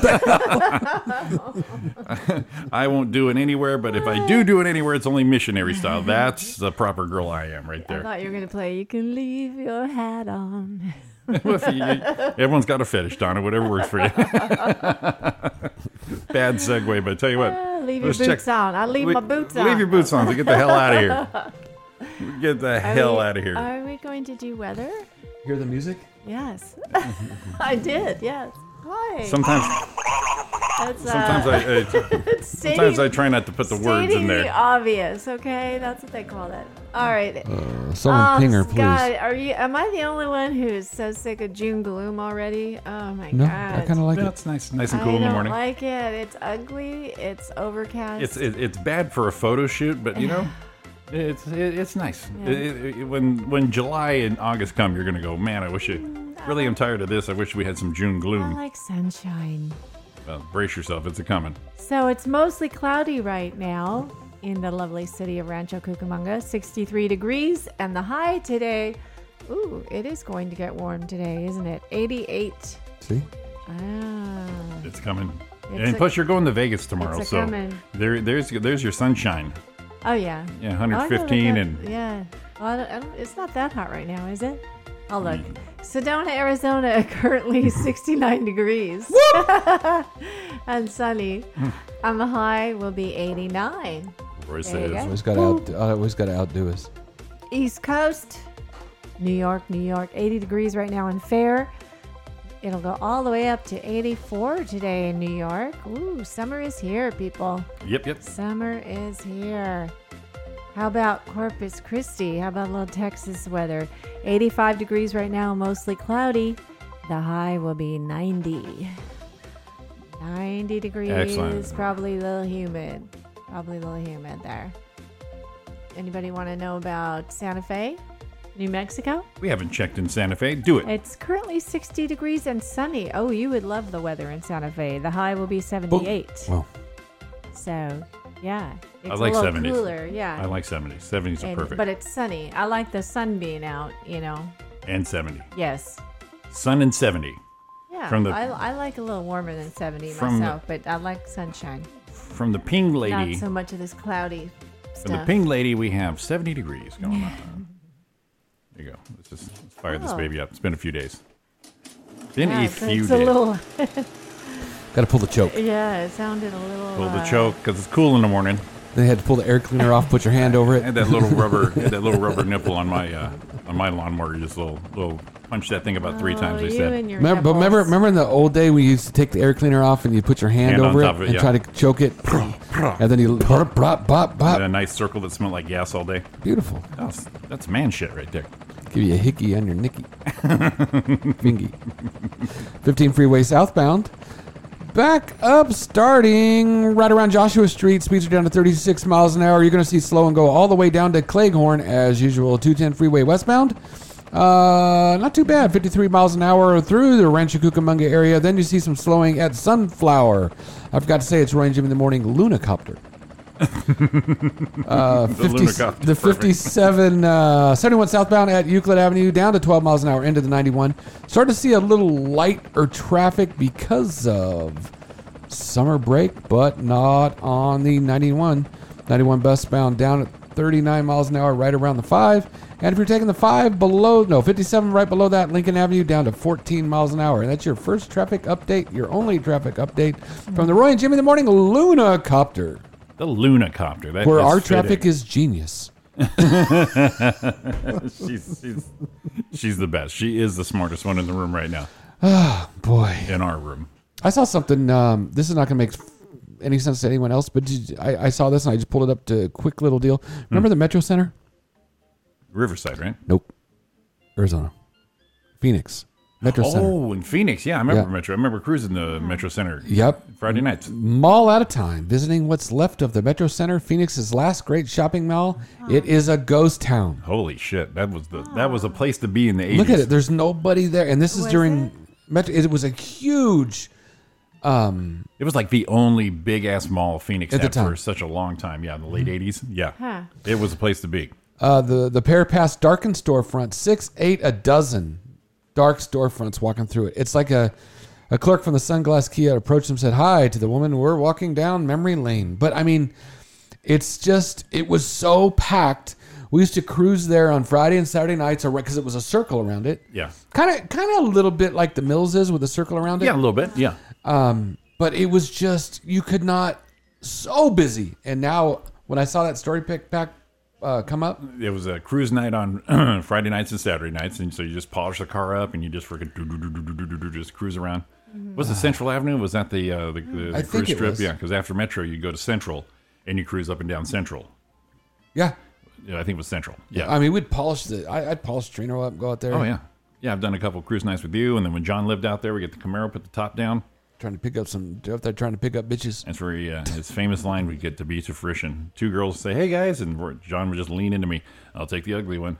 I won't do it anywhere, but if I do do it anywhere, it's only missionary style. That's the proper girl I am right I there. thought you were gonna play. You can leave your hat on. Everyone's got a fetish, Donna, whatever works for you. Bad segue, but I tell you what. Ah, leave let's your check- boots on. I leave Le- my boots on. Leave your boots on to get the hell out of here. Get the Are hell we- out of here. Are we going to do weather? Hear the music? Yes. I did. Yes. Why? Sometimes, That's, uh, sometimes I, I it's sometimes I stating- try not to put the words stating in the there. obvious. Okay, that's what they call that. All right. Oh, Someone ping her, please. God, Oh, are you? Am I the only one who's so sick of June gloom already? Oh my No, god. I kind of like it. That's nice, nice and cool I in the don't morning. like it. It's ugly. It's overcast. it's it, it's bad for a photo shoot, but you know, it's it, it's nice. It- it- it- when when July and August come, you're gonna go, man. I wish it. Really, I'm tired of this. I wish we had some June Mm, I gloom. like sunshine. well, brace yourself, it's a coming. So it's mostly cloudy right now in the lovely city of Rancho Cucamonga. 63 degrees, and the high today. Ooh, it is going to get warm today, isn't it? 88. See? Ah. It's coming. It's and a- plus, you're going to Vegas tomorrow, it's a so coming. there there's there's your sunshine. Oh yeah. Yeah, Oh, I gotta 115 look and- up- yeah. Well, I don't, I don't, it's not that hot right now, is it? I'll Mm. look. Sedona, Arizona, currently 69 degrees and sunny. Hmm. And the high will be 89. Royce There you says, go. Always got to out. Always got to outdo us. East Coast, New York, New York, 80 degrees right now in Fair. It'll go all the way up to 84 today in New York. Ooh, summer is here, people. Yep, yep. Summer is here. How about Corpus Christi? How about a little Texas weather? 85 degrees right now, mostly cloudy. The high will be 90. 90 degrees. Excellent. Probably a little humid. Probably a little humid there. Anybody want to know about Santa Fe, New Mexico? We haven't checked in Santa Fe. Do it. It's currently 60 degrees and sunny. Oh, you would love the weather in Santa Fe. The high will be 78. Well, So, yeah. It's I like a little 70s. cooler, yeah. I like 70. 70s are And- perfect. But it's sunny. I like the sun being out, you know. and 70. Yes. Sun and 70. Yeah. From the- I, I like a little warmer than 70 From the- myself, but I like sunshine. From the ping lady. Not so much of this cloudy From the stuff. ping lady, we have 70 degrees going on. There you go. Let's just let's fire this Oh. baby up. It's been a few days. Been yeah, a so few it's days. a little, got to pull the choke. yeah, it sounded a little. Pull the uh, choke because it's cool in the morning. They had to pull the air cleaner off, put your hand over I had it. that little rubber, I had that little rubber nipple on my uh, on my lawnmower. Just little little punch that thing about three oh, times. They you said. and your Remember, but remember, nipples. remember in the old day when you used to take the air cleaner off and you put your hand, Hand on over top of it, and yeah. try to choke it, and then you bop, bop, bop, Had a bop. nice circle that smelled like gas all day. Beautiful. That's that's man shit right there. Give you a hickey on your nicky. Fingy. 15 freeway southbound. Back up, starting right around Joshua Street. Speeds are down to 36 miles an hour. You're going to see slow and go all the way down to Claghorn as usual. 210 freeway westbound. Uh, not too bad. 53 miles an hour through the Rancho Cucamonga area. Then you see some slowing at Sunflower. I forgot to say it's Ryan Jim in the morning Lunacopter. The 50 Lunacopter, the perfect. 57, uh, 71 southbound at Euclid Avenue, down to 12 miles an hour, into the 91. Start to see a little light or traffic because of summer break, but not on the 91. 91 westbound down at 39 miles an hour, right around the 5. And if you're taking the 5 below, no, 57 right below that, Lincoln Avenue down to 14 miles an hour. And that's your first traffic update, your only traffic update from the Roy and Jimmy in the Morning Luna Copter, The Lunacopter. That, where that's our fitting. traffic is genius. she's, she's she's the best. She is the smartest one in the room right now. Boy. In our room. I saw something. Um, this is not going to make f- any sense to anyone else, but did, I, I saw this and I just pulled it up to a quick little deal. Remember the Metro Center? Riverside, right? Nope. Arizona. Phoenix. Metro Center. Oh, in Phoenix. Yeah, I remember Yeah. Metro. I remember cruising the Metro Center Yep. Friday nights. Mall out of time, visiting what's left of the Metro Center, Phoenix's last great shopping mall. It is a ghost town. Holy shit, that was the that was a place to be in the 80s. Look at it. There's nobody there. And this is Was during it? Metro. It was a huge. It was like the only big ass mall Phoenix At the had for time. Mm-hmm. such a long time. Yeah, in the late 80s. Yeah. Huh. It was a place to be. Uh, the the pair pass darkened storefront, six, eight, a dozen dark storefronts walking through it. It's like a a clerk from the sunglass Kia approached him and said hi to the woman. We're walking down memory lane. But I mean, it's just it was so packed. We used to cruise there on Friday and Saturday nights because it was a circle around it. Yeah. Kind of kind of a little bit like the Mills is with a circle around it Yeah, a little bit. Yeah. but it was just you could not so busy and now when i saw that story pick pack uh, come up It was a cruise night on Friday nights and Saturday nights and so you just polish the car up and you just freaking do- do- do- do- do- do- do- just cruise around. Was it Central Avenue? Was that the uh, the, the, Mm-hmm. I the think cruise it strip? was. Yeah, cuz after Metro you go to Central and you cruise up and down Central. yeah Yeah, I think it was Central. Yeah. i mean we'd polish the I, i'd polish trino up go out there oh yeah. Yeah, I've done a couple cruise nights with you and then when John lived out there, we get the Camaro put the top down. trying to pick up some out there trying to pick up bitches That's where he, uh, his famous line would get to be to fruition. Two girls say, "Hey guys," and we're- John would just lean into me. I'll take the ugly one.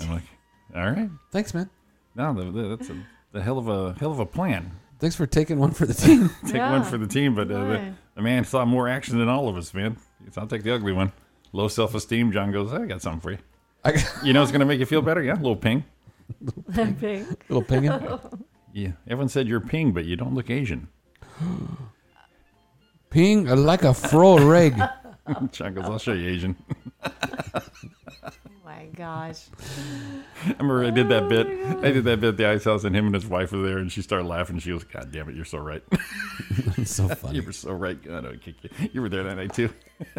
I'm like, "All right, thanks man no, th- th- that's a the hell of a hell of a plan. thanks for taking one for the team Take Yeah. one for the team, but uh, the, Why? the man saw more action than all of us, man. He said, I'll take the ugly one. Low self esteem. John goes, "I got something for you. i You know, it's gonna make you feel better. Yeah, a little ping. Okay. little pinging Yeah, everyone said you're ping, but you don't look Asian." ping like a fro reg John goes, "I'll show you Asian." Oh my gosh. I remember I did Oh that bit. I did that bit at the ice house, and him and his wife were there, and she started laughing. She goes, "God damn it, you're so right. it's so you funny were so right. God, I would kick you. You were there that night too."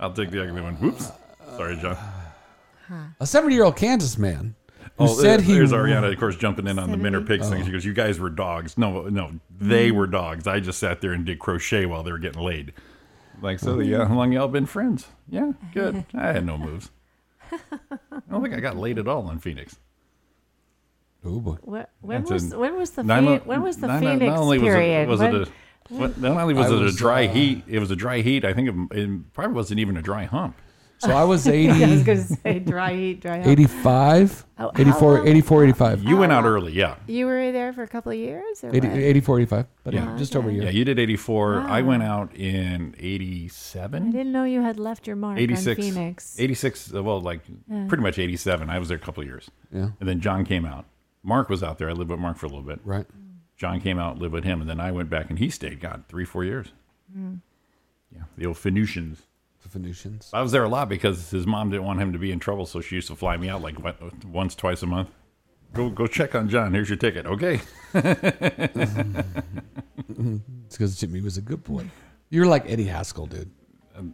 I'll take the ugly one. Whoops. Sorry, John. a 70 year old kansas man who Oh, said he Oh. there's Ariana, of course, jumping in on the men are Seventy. pigs thing. She goes, "You guys were dogs. No, no, they Hmm. were dogs. I just sat there and did crochet while they were getting laid." Like, so Hmm. yeah, how long y'all been friends? Yeah, good. I had no moves. I don't think I got laid at all in Phoenix. Oh boy. What, when That's was a- when was the Nine- phoe- when was the nine- Phoenix period? Was it, When- was it a, what, not only was I it a was, dry uh, heat, it was a dry heat. I think it, it probably wasn't even a dry hump. So I was I was 80, going to say dry heat, dry heat. 85, Oh, how 84, long? 84, 85. You Oh. went out early, yeah. You were there for a couple of years, or 80, what? 84, 85. But Yeah. yeah, just over a year. Yeah, you did 84. Ah. I went out in 87. I didn't know you had left your mark 86 on Phoenix. 86 uh, well like pretty much 87 i was there a couple of years Yeah. and then john came out mark was out there i lived with mark for a little bit Right. john came out lived with him and then i went back and he stayed god three four years yeah the old phoenicians The Phoenicians. i was there a lot because his mom didn't want him to be in trouble so she used to fly me out like what, once twice a month go go check on john here's your ticket okay It's because Jimmy was a good boy. You were like Eddie Haskell, dude. Um,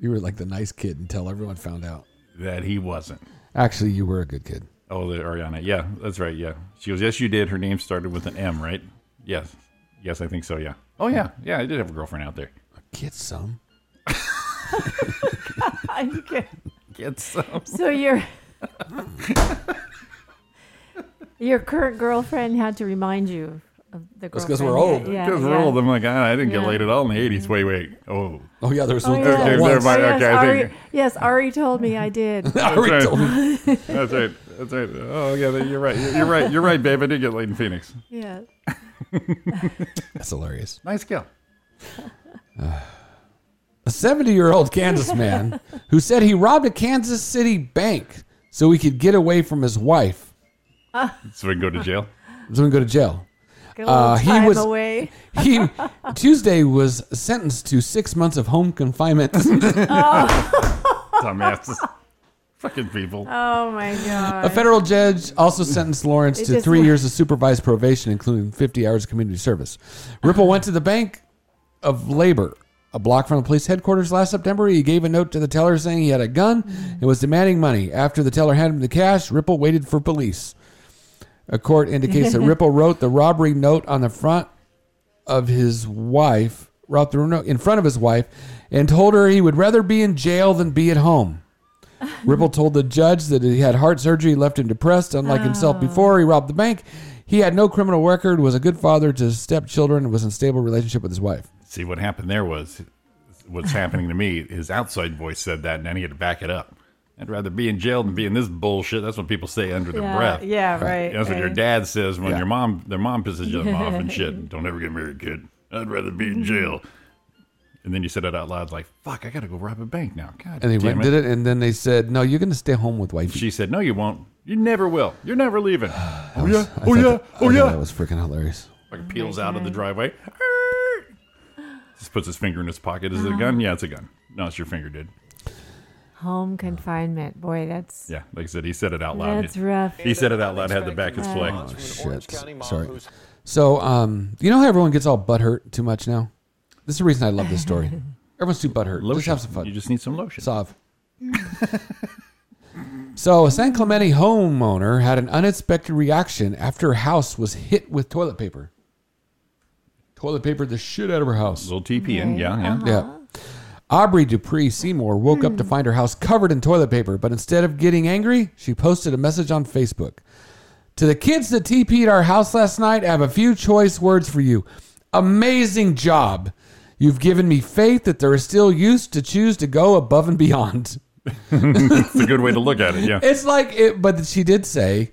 You were like the nice kid until everyone found out. that he wasn't Actually, you were a good kid. oh the ariana yeah that's right yeah she goes yes you did her name started with an m right yes yes i think so yeah oh yeah yeah i did have a girlfriend out there Get some. get some. so your your current girlfriend had to remind you of the girlfriend. That's 'cause we're you- old. Yeah, Because yeah. we're old. I'm like, ah, I didn't Yeah. Mm-hmm. get laid at all in the 80s. Wait, wait. Oh. Oh, yeah, there was Oh, one. yeah. Okay, once. never mind. yes, Okay, I Ari, think- yes, Ari told me I did. I already That's told you. That's right. That's right. Oh, yeah, you're right. You're right. You're right, babe. I did get laid in Phoenix. yeah. That's hilarious. Nice girl. A 70 year old Kansas man who said he robbed a Kansas City bank so he could get away from his wife. So we can go to jail. So he go to jail. Get a little Uh, he time was- away. He Tuesday was sentenced to six months of home confinement. Dumbasses. Fucking people. Oh my god. A federal judge also sentenced Lawrence It to just three went- years of supervised probation, including 50 hours of community service. Ripple went to the Bank of Labor, a block from the police headquarters last September. He gave a note to the teller saying he had a gun and was demanding money. After the teller handed him the cash, Ripple waited for police. A court indicates that Ripple wrote the robbery note on the front of his wife, wrote the note in front of his wife, and told her he would rather be in jail than be at home. Ripple told the judge that he had heart surgery, left him depressed, unlike himself before he robbed the bank. He had no criminal record, was a good father to stepchildren, and was in a stable relationship with his wife. See, what happened there was what's happening to me. His outside voice said that, and then he had to back it up. I'd rather be in jail than be in this bullshit. That's what people say under their yeah, breath. yeah, eh. right. That's what your right. dad says when Yeah. your mom, their mom pisses you off and shit. Don't ever get married, kid. I'd rather be in jail. And then you said it out loud, like, "Fuck, I gotta go rob a bank now." God, And they damn went and did it, and then they said, No, you're going to stay home with wifey. She said, "No, you won't. You never will. You're never leaving." oh I yeah, thought oh yeah, that- I oh thought yeah. That was freaking hilarious. Oh Like peels out of the driveway. Just puts his finger in his pocket. Is it a Oh. gun? Yeah, it's a gun. No, it's your finger, dude. Home confinement. Boy, that's Yeah, like I said, he said it out loud. that's rough. He said it out loud. Had the back his play. Oh, Shit. Sorry. So, um, you know how everyone gets all butthurt too much now? This is the reason I love this story. Everyone's too butthurt. Let's have some fun. You just need some lotion. Sov. so, a San Clemente homeowner had an unexpected reaction after her house was hit with toilet paper. Toilet paper the shit out of her house. little TP in. Yeah, yeah. Uh-huh. Yeah. Aubrey Dupree Seymour woke up to find her house covered in toilet paper, but instead of getting angry, she posted a message on Facebook. To the kids that TP'd our house last night, I have a few choice words for you. Amazing job. You've given me faith that there is still use to choose to go above and beyond. It's a good way to look at it. Yeah. It's like it, but she did say,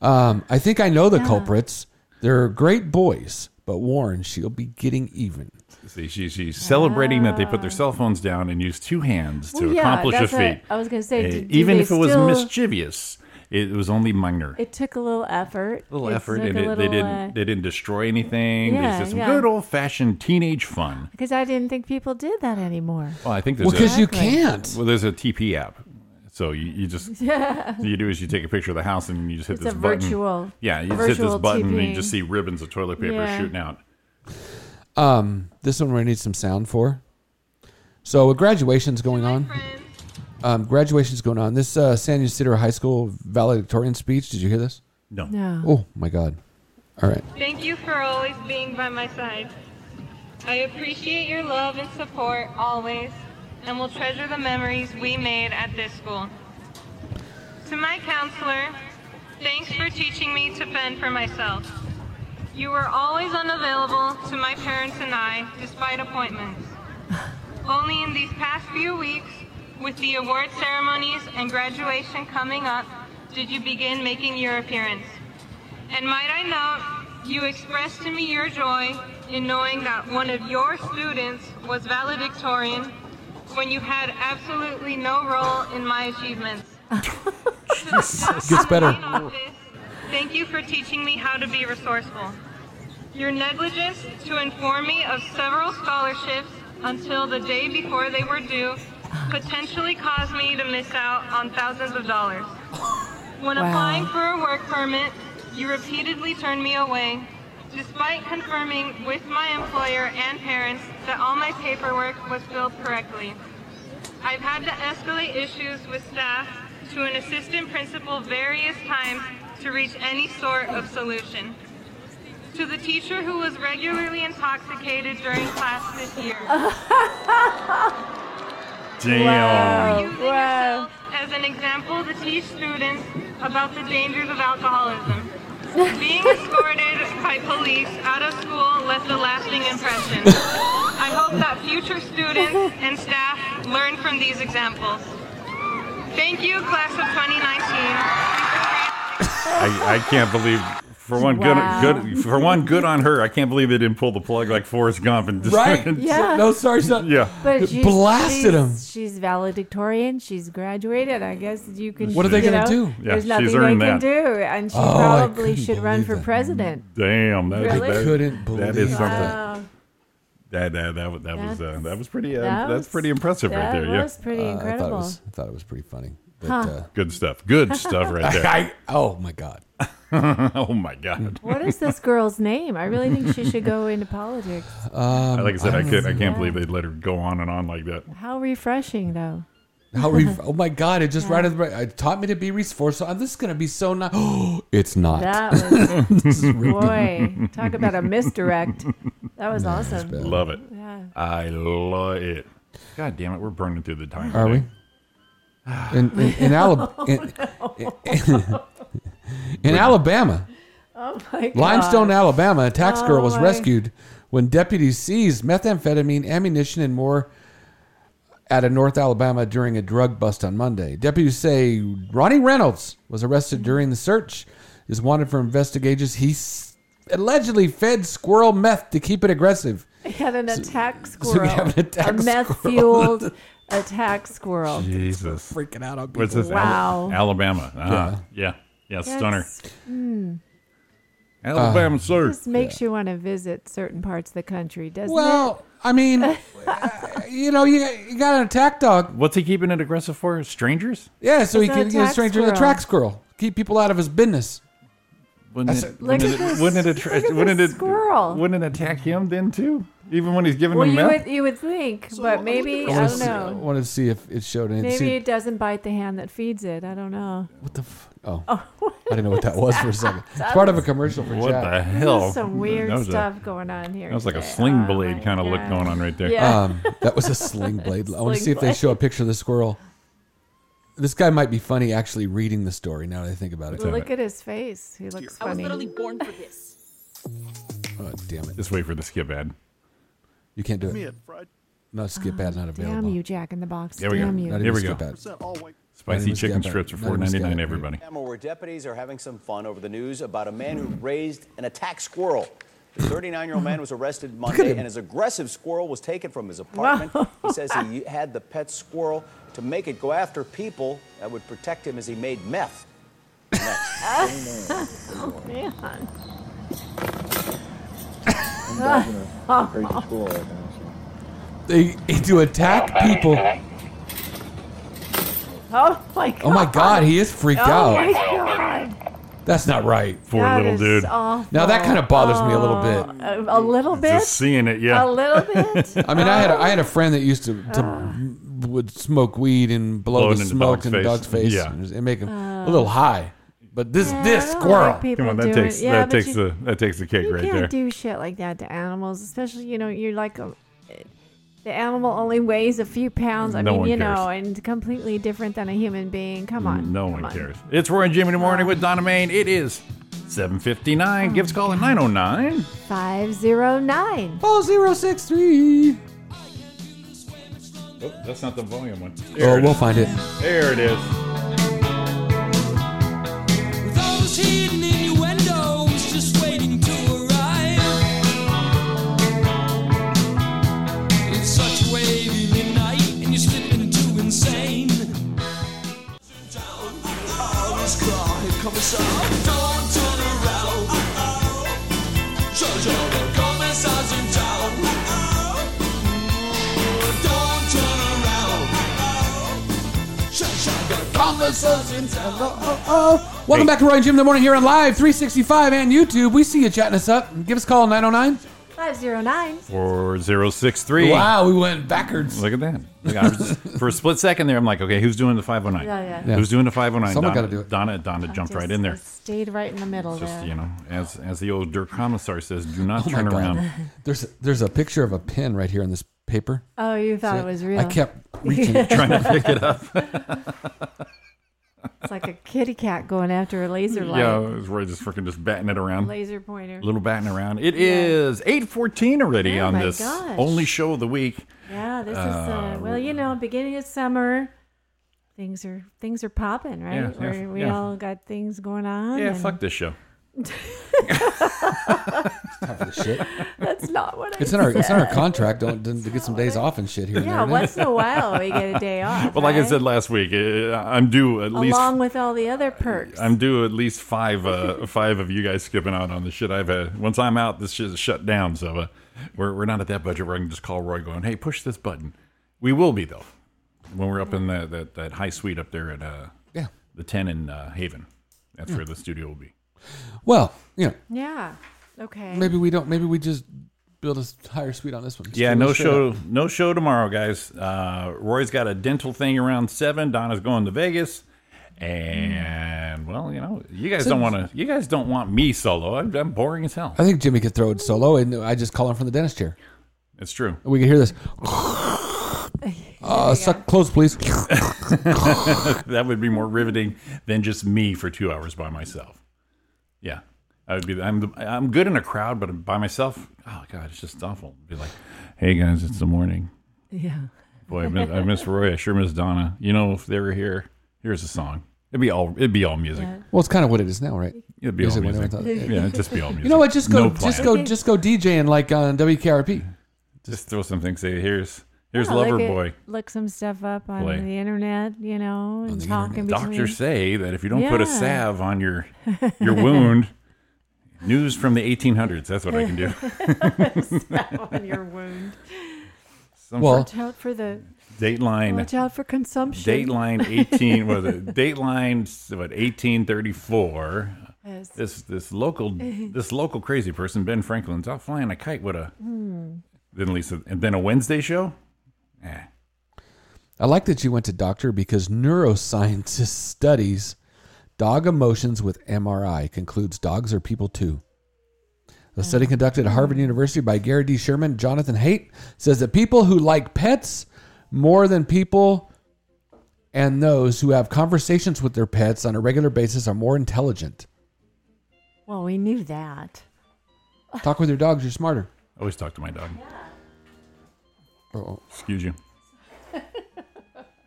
um, "I think I know the culprits. They're great boys, but Warren, she'll be getting even." See, she, she's celebrating that they put their cell phones down and used two hands to Ah. Well, yeah, accomplish a that's what feat. I was gonna say, Uh, do- do even they if it was still- mischievous, it was only minor. It took a little effort. a little It effort, took and a it, they little, didn't uh, they didn't destroy anything. Yeah, There's just some yeah. good old fashioned teenage fun. Because I didn't think people did that anymore. Well, I think there's Well, because a, you Exactly. can't. well, there's a TP app. So you, you just you do is you take a picture of the house and you just hit It's this a button. virtual- yeah, you just hit this virtual button and you TPing. just see ribbons of toilet paper Yeah. shooting out. This one we need some sound for. So, a graduation's going on. Um, graduation's going on. This uh, San Ysidro High School valedictorian speech. Did you hear this? No, No. Oh my God! All right. Thank you for always being by my side. I appreciate your love and support always, and will treasure the memories we made at this school. To my counselor, Thanks for teaching me to fend for myself. You were always unavailable to my parents and I, despite appointments. Only in these past few weeks, with the award ceremonies and graduation coming up, did you begin making your appearance. And might I note, you expressed to me your joy in knowing that one of your students was valedictorian when you had absolutely no role in my achievements. Gets better. In office, Thank you for teaching me how to be resourceful. Your negligence to inform me of several scholarships until the day before they were due potentially caused me to miss out on thousands of dollars. When Wow. applying for a work permit, you repeatedly turned me away, despite confirming with my employer and parents that all my paperwork was filled correctly. I've had to escalate issues with staff to an assistant principal various times to reach any sort of solution. To the teacher who was regularly intoxicated during class this year, Damn. using Wow. yourself as an example to teach students about the dangers of alcoholism. Being escorted by police out of school left a lasting impression. I hope that future students and staff learn from these examples. Thank you, class of 2019. I, I can't believe. For one, Wow. good, good. For one, good on her. I can't believe they didn't pull the plug like Forrest Gump and just Right. Yeah. No, sorry, son. yeah. But she's, Blasted she's- 'em. She's valedictorian. She's graduated. I guess you can. What are they you gonna know, do? Yeah, there's she's nothing they earned can that. do, and she Oh, I probably couldn't should run believe for that. president. Damn. That, Really? that- Couldn't believe That is something. that. That that that, was- that was uh, That's- that was pretty. Uh, that that's was- pretty impressive right that there. Yeah. was pretty Uh, I thought it incredible. was. I thought it was pretty funny. But, Good stuff. Good stuff right uh, there. I, oh my god. oh my god. What is this girl's name? I really think she should go into politics. like I said, I, Um, I don't can't. I know. can't believe they let her go on and on like that. How refreshing, though. How re- oh my god! It just right at the right. It taught me to be resourceful. Oh, this is gonna be so nice. it's not. That was boy. Talk about a misdirect. That was awesome. Love it. Yeah. I love it. God damn it, we're burning through the time. Are we? today. In in, in, Alab- in, in Alabama, Oh my God. Oh, Limestone, Alabama, a tax girl was my. rescued when deputies seized methamphetamine, ammunition, and more at a North Alabama during a drug bust on Monday. Deputies say Ronnie Reynolds was arrested during the search. Is wanted for investigations. He s- allegedly fed squirrel meth to keep it aggressive. We had an attack squirrel. we have an attack a meth fueled attack squirrel. Jesus. Freaking out on people. What's this? Al- Wow. Alabama. Uh-huh. Yeah. Yeah. Stunner. That's- hmm. Alabama, Uh, sir. Just makes you want to visit certain parts of the country, doesn't it? Well, I mean, uh, you know, you, you got an attack dog. What's he keeping it aggressive for? Strangers? Yeah, so he It's can an get a attack stranger to squirrel. attract squirrel. Keep people out of his business. Wouldn't That's it? a- Look Wouldn't at it? this- Wouldn't it? attra- look at Wouldn't this it? squirrel. Wouldn't it attack him then too? Even when he's giving Well, him you meth. would you would think, but maybe I wanna don't see- I know. want to see if it showed anything. Maybe See- it doesn't bite the hand that feeds it. I don't know. what the? F- oh, I didn't know what that was for a second. It's part of a commercial for What the Jack. hell? There's some weird that was a- stuff going on here. that was like a today. sling Oh, blade my kind of look God. going on right there. Yeah. Um, that was a sling blade. I want to Sling see if they blade. show a picture of the squirrel. This guy might be funny actually reading the story now that I think about it. That's Look at his face. He looks funny. born for this. Oh, damn it. Just wait for the skip ad. You can't do it. No, skip ad not available. Ah, Damn you, Jack in the Box. There we Damn go. you. Not Here even we skip go. ad. Spicy even chicken scabbard. strips are Not even four ninety nine. scabbard. Everybody. Where deputies are having some fun over the news about a man who raised an attack squirrel. The 39 year old man was arrested Monday, and his aggressive squirrel was taken from his apartment. He says he had the pet squirrel to make it go after people that would protect him as he made meth. Man. They, to attack people. Oh my god. Oh my God, he is freaked Oh out. my god. That's not right. Poor That little is dude. awful. Now that kind of bothers me a little oh. bit. A, a little bit. Just seeing it. Yeah. A little bit. I mean, I had a, Oh. I had a friend that used to, to would smoke weed and blow Blow it the in the smoke dog's in the face. dog's face Yeah. and, and make him a little high. But this Oh. Yeah, this I don't squirrel. like people Come on, that doing- takes yeah, that but takes you- the that takes the cake You right can't there. do shit like that to animals, especially you know you're like a, um, The animal only weighs a few pounds. I No mean, one you cares. know, and completely different than a human being. Come on. No come one on. cares. It's Roy and Jimmy in the morning with Donna Main. It is 7.59. Give us a call at 909. 509. Oh, 4063. Oh, that's not the volume one. Oh, it we'll is. find it. There it is. With all those hidden innuendos just waiting to arrive. It's such a wavy midnight, and you slip into insane. Oh, this car, here comes some. Don't turn around. Jojo, the commissar's in town. Don't turn around. Jojo, the commissar's in town. Uh, Welcome back to Roy and Jim in the morning here on Live 365 and YouTube. We see you chatting us up. Give us a call 909. 509. 4063. Wow, we went backwards. Look at that. Look, I was just- for a split second there, I'm like, okay, who's doing the 509? Yeah, yeah. Who's doing the 509? Someone Donna- gotta do it. Donna, Donna jumped right Just- in I there. Stayed right in the middle Just, there. you know, as as the old Der Commissar says, do not Oh my turn God. around. There's there's a picture of a pin right here in this paper. Oh, you thought it was real. I kept reaching. It's like a kitty cat going after a laser light. Yeah, we're just freaking just batting it around. Laser pointer. little batting around. It is 8.14 already Oh on my this gosh. only show of the week. Yeah, this Um, is uh, well, you know, beginning of summer, things are things are popping, right? Yeah, yeah, We're- we yeah. all got things going on. Yeah, and fuck this show. shit. That's not what I It's in our it's in said. our contract. Don't, don't- to get some days off and shit here. and Yeah, there, once in a while we get a day off. But like I right? said last week, eh, I'm due at least along with all the other perks. I'm due at least five uh, five of you guys skipping out on the shit I've had. Once I'm out, this shit is shut down. So uh, we're we're not at that budget where I can just call Roy going, hey, push this button. We will be though when we're up in that that, that high suite up there at uh, Yeah. the ten in uh, Haven. That's where the studio will be. Well, you know, yeah. Okay. maybe we don't. Maybe we just build a higher suite on this one. Just Yeah, do it no straight show, up. no show tomorrow, guys. Uh, Roy's got a dental thing around seven. Donna's going to Vegas, and well, you know, you guys don't want to. You guys don't want me solo. I'm, I'm boring as hell. I think Jimmy could throw it solo, and I just call him from the dentist chair. It's true. We can hear this. Uh, suck close, please. That would be more riveting than just me for two hours by myself. Yeah, I would be. I'm the, I'm good in a crowd, but by myself, oh god, it's just awful. Be like, hey guys, it's the morning. yeah. Boy, I miss, I miss Roy. I sure miss Donna. You know, if they were here, here's a song. It'd be all. It'd be all music. Well, it's kind of what it is now, right? It'd be Is all it when music. I thought- yeah, it'd just be all music. You know what? Just go, No plan. just go, just go DJ and like uh, on WKRP. Just throw something. Say here's here's Yeah, Lover look at- Boy. Look some stuff up on Play. the internet, you know, and the talk in between. Doctors say that if you don't put a Yeah. salve on your your wound, news from the 1800s. That's what I can do. on your wound. Some Well, Watch out for the sort of Dateline. watch out for consumption. Dateline 18 was it? Dateline what 1834. Yes. This this local this local crazy person Ben Franklin's out flying a kite with a Hmm. then Lisa and then a Wednesday show. Eh. I like that you went to doctor because neuroscientist studies dog emotions with MRI concludes dogs are people too. A study conducted at Harvard University by Gary D. Sherman, and Jonathan Haidt says that people who like pets more than people and those who have conversations with their pets on a regular basis are more intelligent. Well, we knew that. Talk with your dogs, you're smarter. Always talk to my dog. Oh, Excuse you.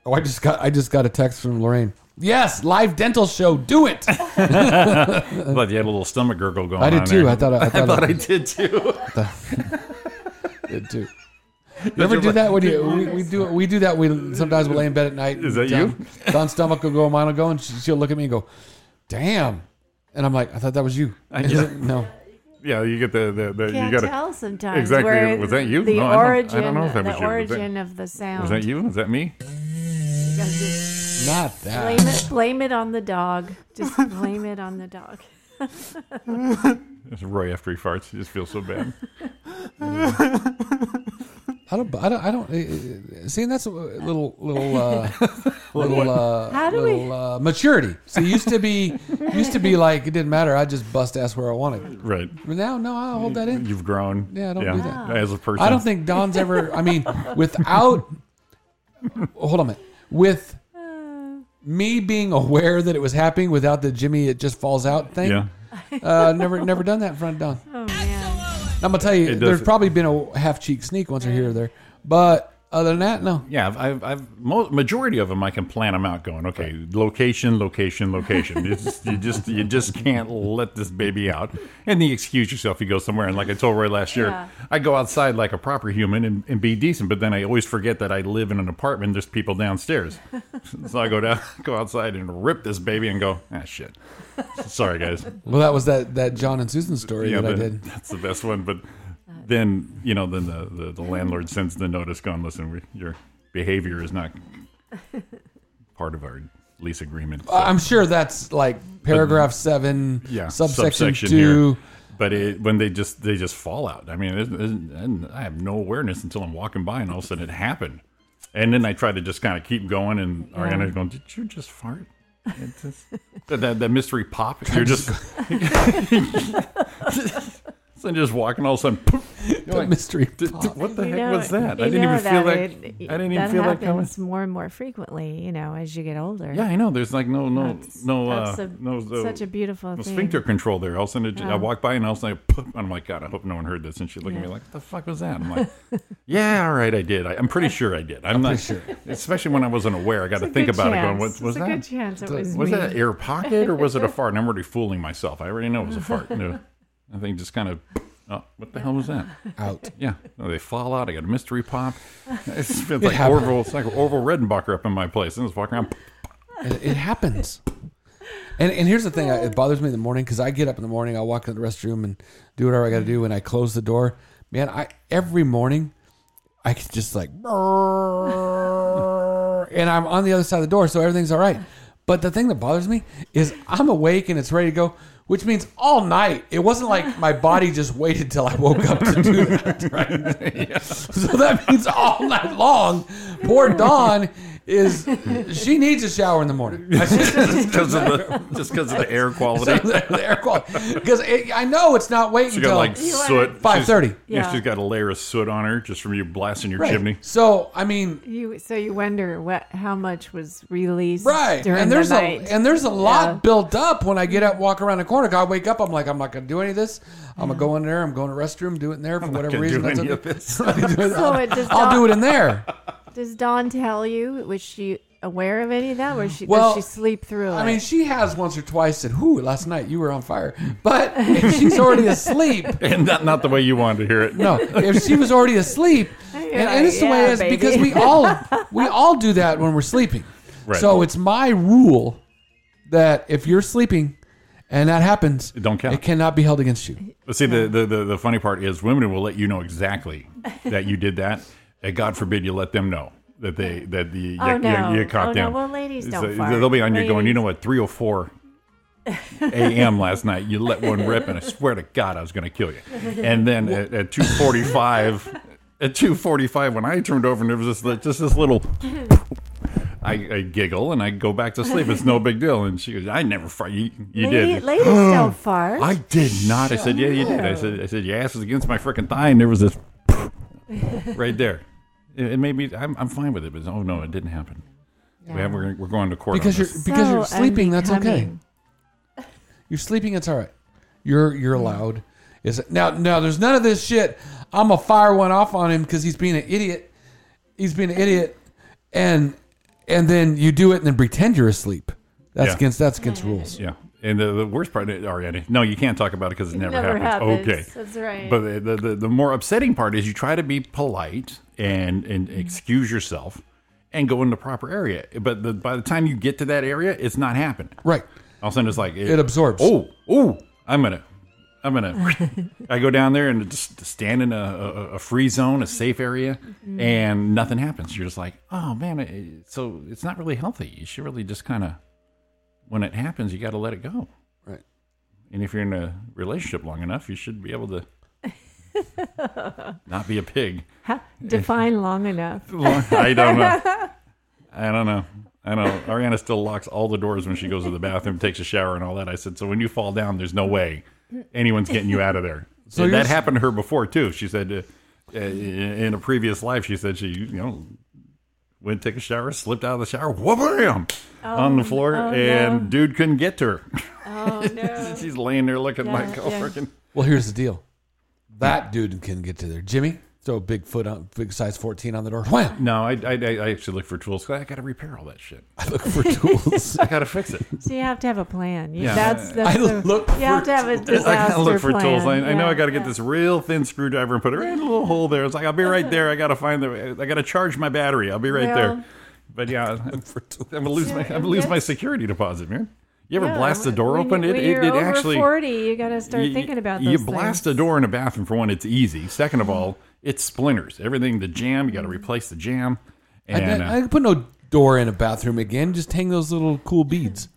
oh, I just got I just got a text from Lorraine. Yes, live dental show. Do it. I thought you had a little stomach gurgle going on. I did too. there. I thought Oh, I, I I thought thought I I did too. did too. You ever do that when you we, we do we do that? We sometimes we lay in bed at night. Is and that you? Don- Don's stomach will go, mine will go, and she, she'll look at me and go, "Damn," and I'm like, "I thought that was you." I Is know. it? No, Yeah, you get the, the, the you Can't got tell to. sometimes. Exactly. where Was that you? The No, I don't- I origin, don't know if that the was you. Was that- origin of the sound. Was that you? Was that me? You gotta just not that. Blame it, blame it on the dog. Just blame it on the dog. It's Roy after he farts. He just feels so bad. I don't. I don't. I don't uh, uh, see, and that's a little, little, uh, little, uh, How do we- little uh, maturity. So it used to be, used to be like it didn't matter. I just bust ass where I wanted. Right. But now, no, I hold that in. You've grown. Yeah, don't do that. As a person. I don't think Don's ever. I mean, without. hold on a minute. With me being aware that it was happening, without the Jimmy, it just falls out thing. Yeah. Uh, never, never done that in front of Don. Oh man. I'm gonna tell you, does- there's probably been a half cheek sneak once or here or there, but other than that, no. Yeah, I've, I've, I've mo- majority of them I can plan them out. Going okay, location, location, location. It's just, you just you just can't let this baby out. And you excuse yourself, you go somewhere. And like I told Roy last year, Yeah. I go outside like a proper human and, and be decent, but then I always forget that I live in an apartment. There's people downstairs, so I go down, go outside and rip this baby and go ah shit. Sorry guys. Well, that was that that John and Susan story that I but did. That's the best one. But then you know, then the, the, the landlord sends the notice, going, "Listen, we, your behavior is not part of our lease agreement." So, Uh, I'm sure that's like paragraph seven, subsection, two. But it, when they just they just fall out. I mean, it, it- and I have no awareness until I'm walking by, and all of a sudden it happened. And then I try to just kind of keep going, and Ariana's going, "Did you just fart?" It just- that, that that mystery pop. You're just so just walking, all of a sudden, poof, you're The like, mystery. D- d- pop. what the You heck know was it- that? you I didn't know even feel that like it- I didn't even that feel that coming. happens more and more frequently, you know, as you get older. Yeah, I know. There's like no no That's- no uh, that's a- no no- such a beautiful no thing. sphincter control there. All of a sudden, it, I walk by and all of a sudden, I, poof, and I'm like, God, I hope no one heard this. And she looked at me Yeah. like, What the fuck was that? I'm like, Yeah, all right, I did. I, I'm pretty sure I did. I'm, not sure, especially when I wasn't aware. I got to It's a think good about it. Going, chance. what It's was a that? good chance it was was me. that air pocket or was it a fart? And I'm already fooling myself. I already know it was a fart. No, I think just kind of, oh, what the hell was that? Out. Yeah, No, they fall out. I got a mystery pop. It's, it's like happened. Orville. It's like Orville Redenbacher up in my place. And I was walking around. It, it happens. And and here's the thing, it bothers me in the morning because I get up in the morning, I walk in the restroom and do whatever I got to do, and I close the door. Man, I every morning I can just like, and I'm on the other side of the door, so everything's all right. But the thing that bothers me is I'm awake and it's ready to go, which means all night. It wasn't like my body just waited till I woke up to do that. Right? So that means all night long. Poor Dawn is she needs a shower in the morning. just because of the just 'cause of the air quality. the air quality because I know it's not waiting She until got like You wanna- soot. She's- 5:30. Yeah. Yeah. she's got a layer of soot on her just from you blasting your Right. chimney. So I mean, You so you wonder what how much was released right? during And there's the a night. and there's a lot Yeah. built up when I get up, walk around the corner. I wake up, I'm like, I'm not gonna do any of this. I'm gonna go in there. I'm going to restroom, do it in there for whatever Gonna reason. do That's any of okay. this. so it does I'll Dawn, do it in there. Does Dawn tell you? Was she aware of any of that? Was she Well, does she sleep through I it? mean, she has once or twice said, "Whoo, last night you were on fire," but if she's already asleep. and not not the way you wanted to hear it. No, if she was already asleep, and, and it's the way it Yeah, is because baby. we all we all do that when we're sleeping. Right. So it's my rule that if you're sleeping and that happens, It don't count. It cannot be held against you. But see, the, the, the, the funny part is women will let you know exactly that you did that. And God forbid you let them know that they that the Oh, you, no. you, you caught Oh, no. them. Well, ladies don't fart. They'll be on you going, Ladies- you know what, 304 a.m. last night, you let one rip, and I swear to God, I was going to kill you. And then at, at 245, at 245, when I turned over and there was this, li- just this little, I, I giggle and I go back to sleep. It's no big deal. And she goes, I never fart. You, you Lady- did. Ladies don't fart. I did not. I said, yeah, you did. I said, I said, your ass was against my freaking thigh, and there was this right there. It, it made me. I'm, I'm fine with it, but oh no, it didn't happen. We have, we're, we're going to court on Because you're this. because you're So sleeping, that's okay. unbecoming. You're sleeping, it's all right. You're you're allowed. Is it now? Now there's none of this shit. I'm gonna fire one off on him because he's being an idiot. He's being an idiot, and and then you do it and then pretend you're asleep. That's Yeah. against that's against rules. Yeah, and the, the worst part, Ariane. No, you can't talk about it because it never, never happens. happens. Okay, That's right. But the, the, the the more upsetting part is you try to be polite and and excuse yourself and go in the proper area, but the, by the time you get to that area, it's not happening. Right. All of a sudden, it's like It absorbs. Oh, oh, I'm gonna, I'm gonna. I go down there and just stand in a, a, a free zone, a safe area, and nothing happens. You're just like, oh man. it- So it's not really healthy. You should really just kind of, when it happens, you got to let it go. Right. And if you're in a relationship long enough, you should be able to Not be a pig. Define long enough. I don't know. I don't know. I know. Ariana still locks all the doors when she goes to the bathroom, takes a shower, and all that. I said, so when you fall down, there's no way anyone's getting you out of there. So So you're that s- happened to her before too. She said, uh, uh, in a previous life, she said she you know went take a shower, slipped out of the shower, wham, on the floor, and dude couldn't get to her. Oh no. She's laying there looking Yeah, like, oh yeah. freaking. Well, here's the deal. That dude can get to there. Jimmy, throw a big foot on, big size 14 on the door. Wham! No, I, I I actually look for tools. 'cause I got to repair all that shit. I look for tools. I got to fix it. So you have to have a plan. You, Yeah. That's that's. I the- look You have for to have a I gotta disaster look for plan. tools. I, I know Yeah. I gotta get this real thin screwdriver and put it right in a little hole there. It's like I'll be right there. I gotta find the. I gotta charge my battery. I'll be right Well- there. But yeah, I'm gonna lose my. I'm gonna lose my security deposit, man. You ever Yeah, blast the door when open? You, It when it, you're it over actually. forty. You got to start you- thinking about you those blast things. Mm-hmm. a door in a bathroom for one. It's easy. Second of all, it splinters everything. The jam. You gotta replace the jam. I, And I uh, can put no door in a bathroom again. Just hang those little cool beads.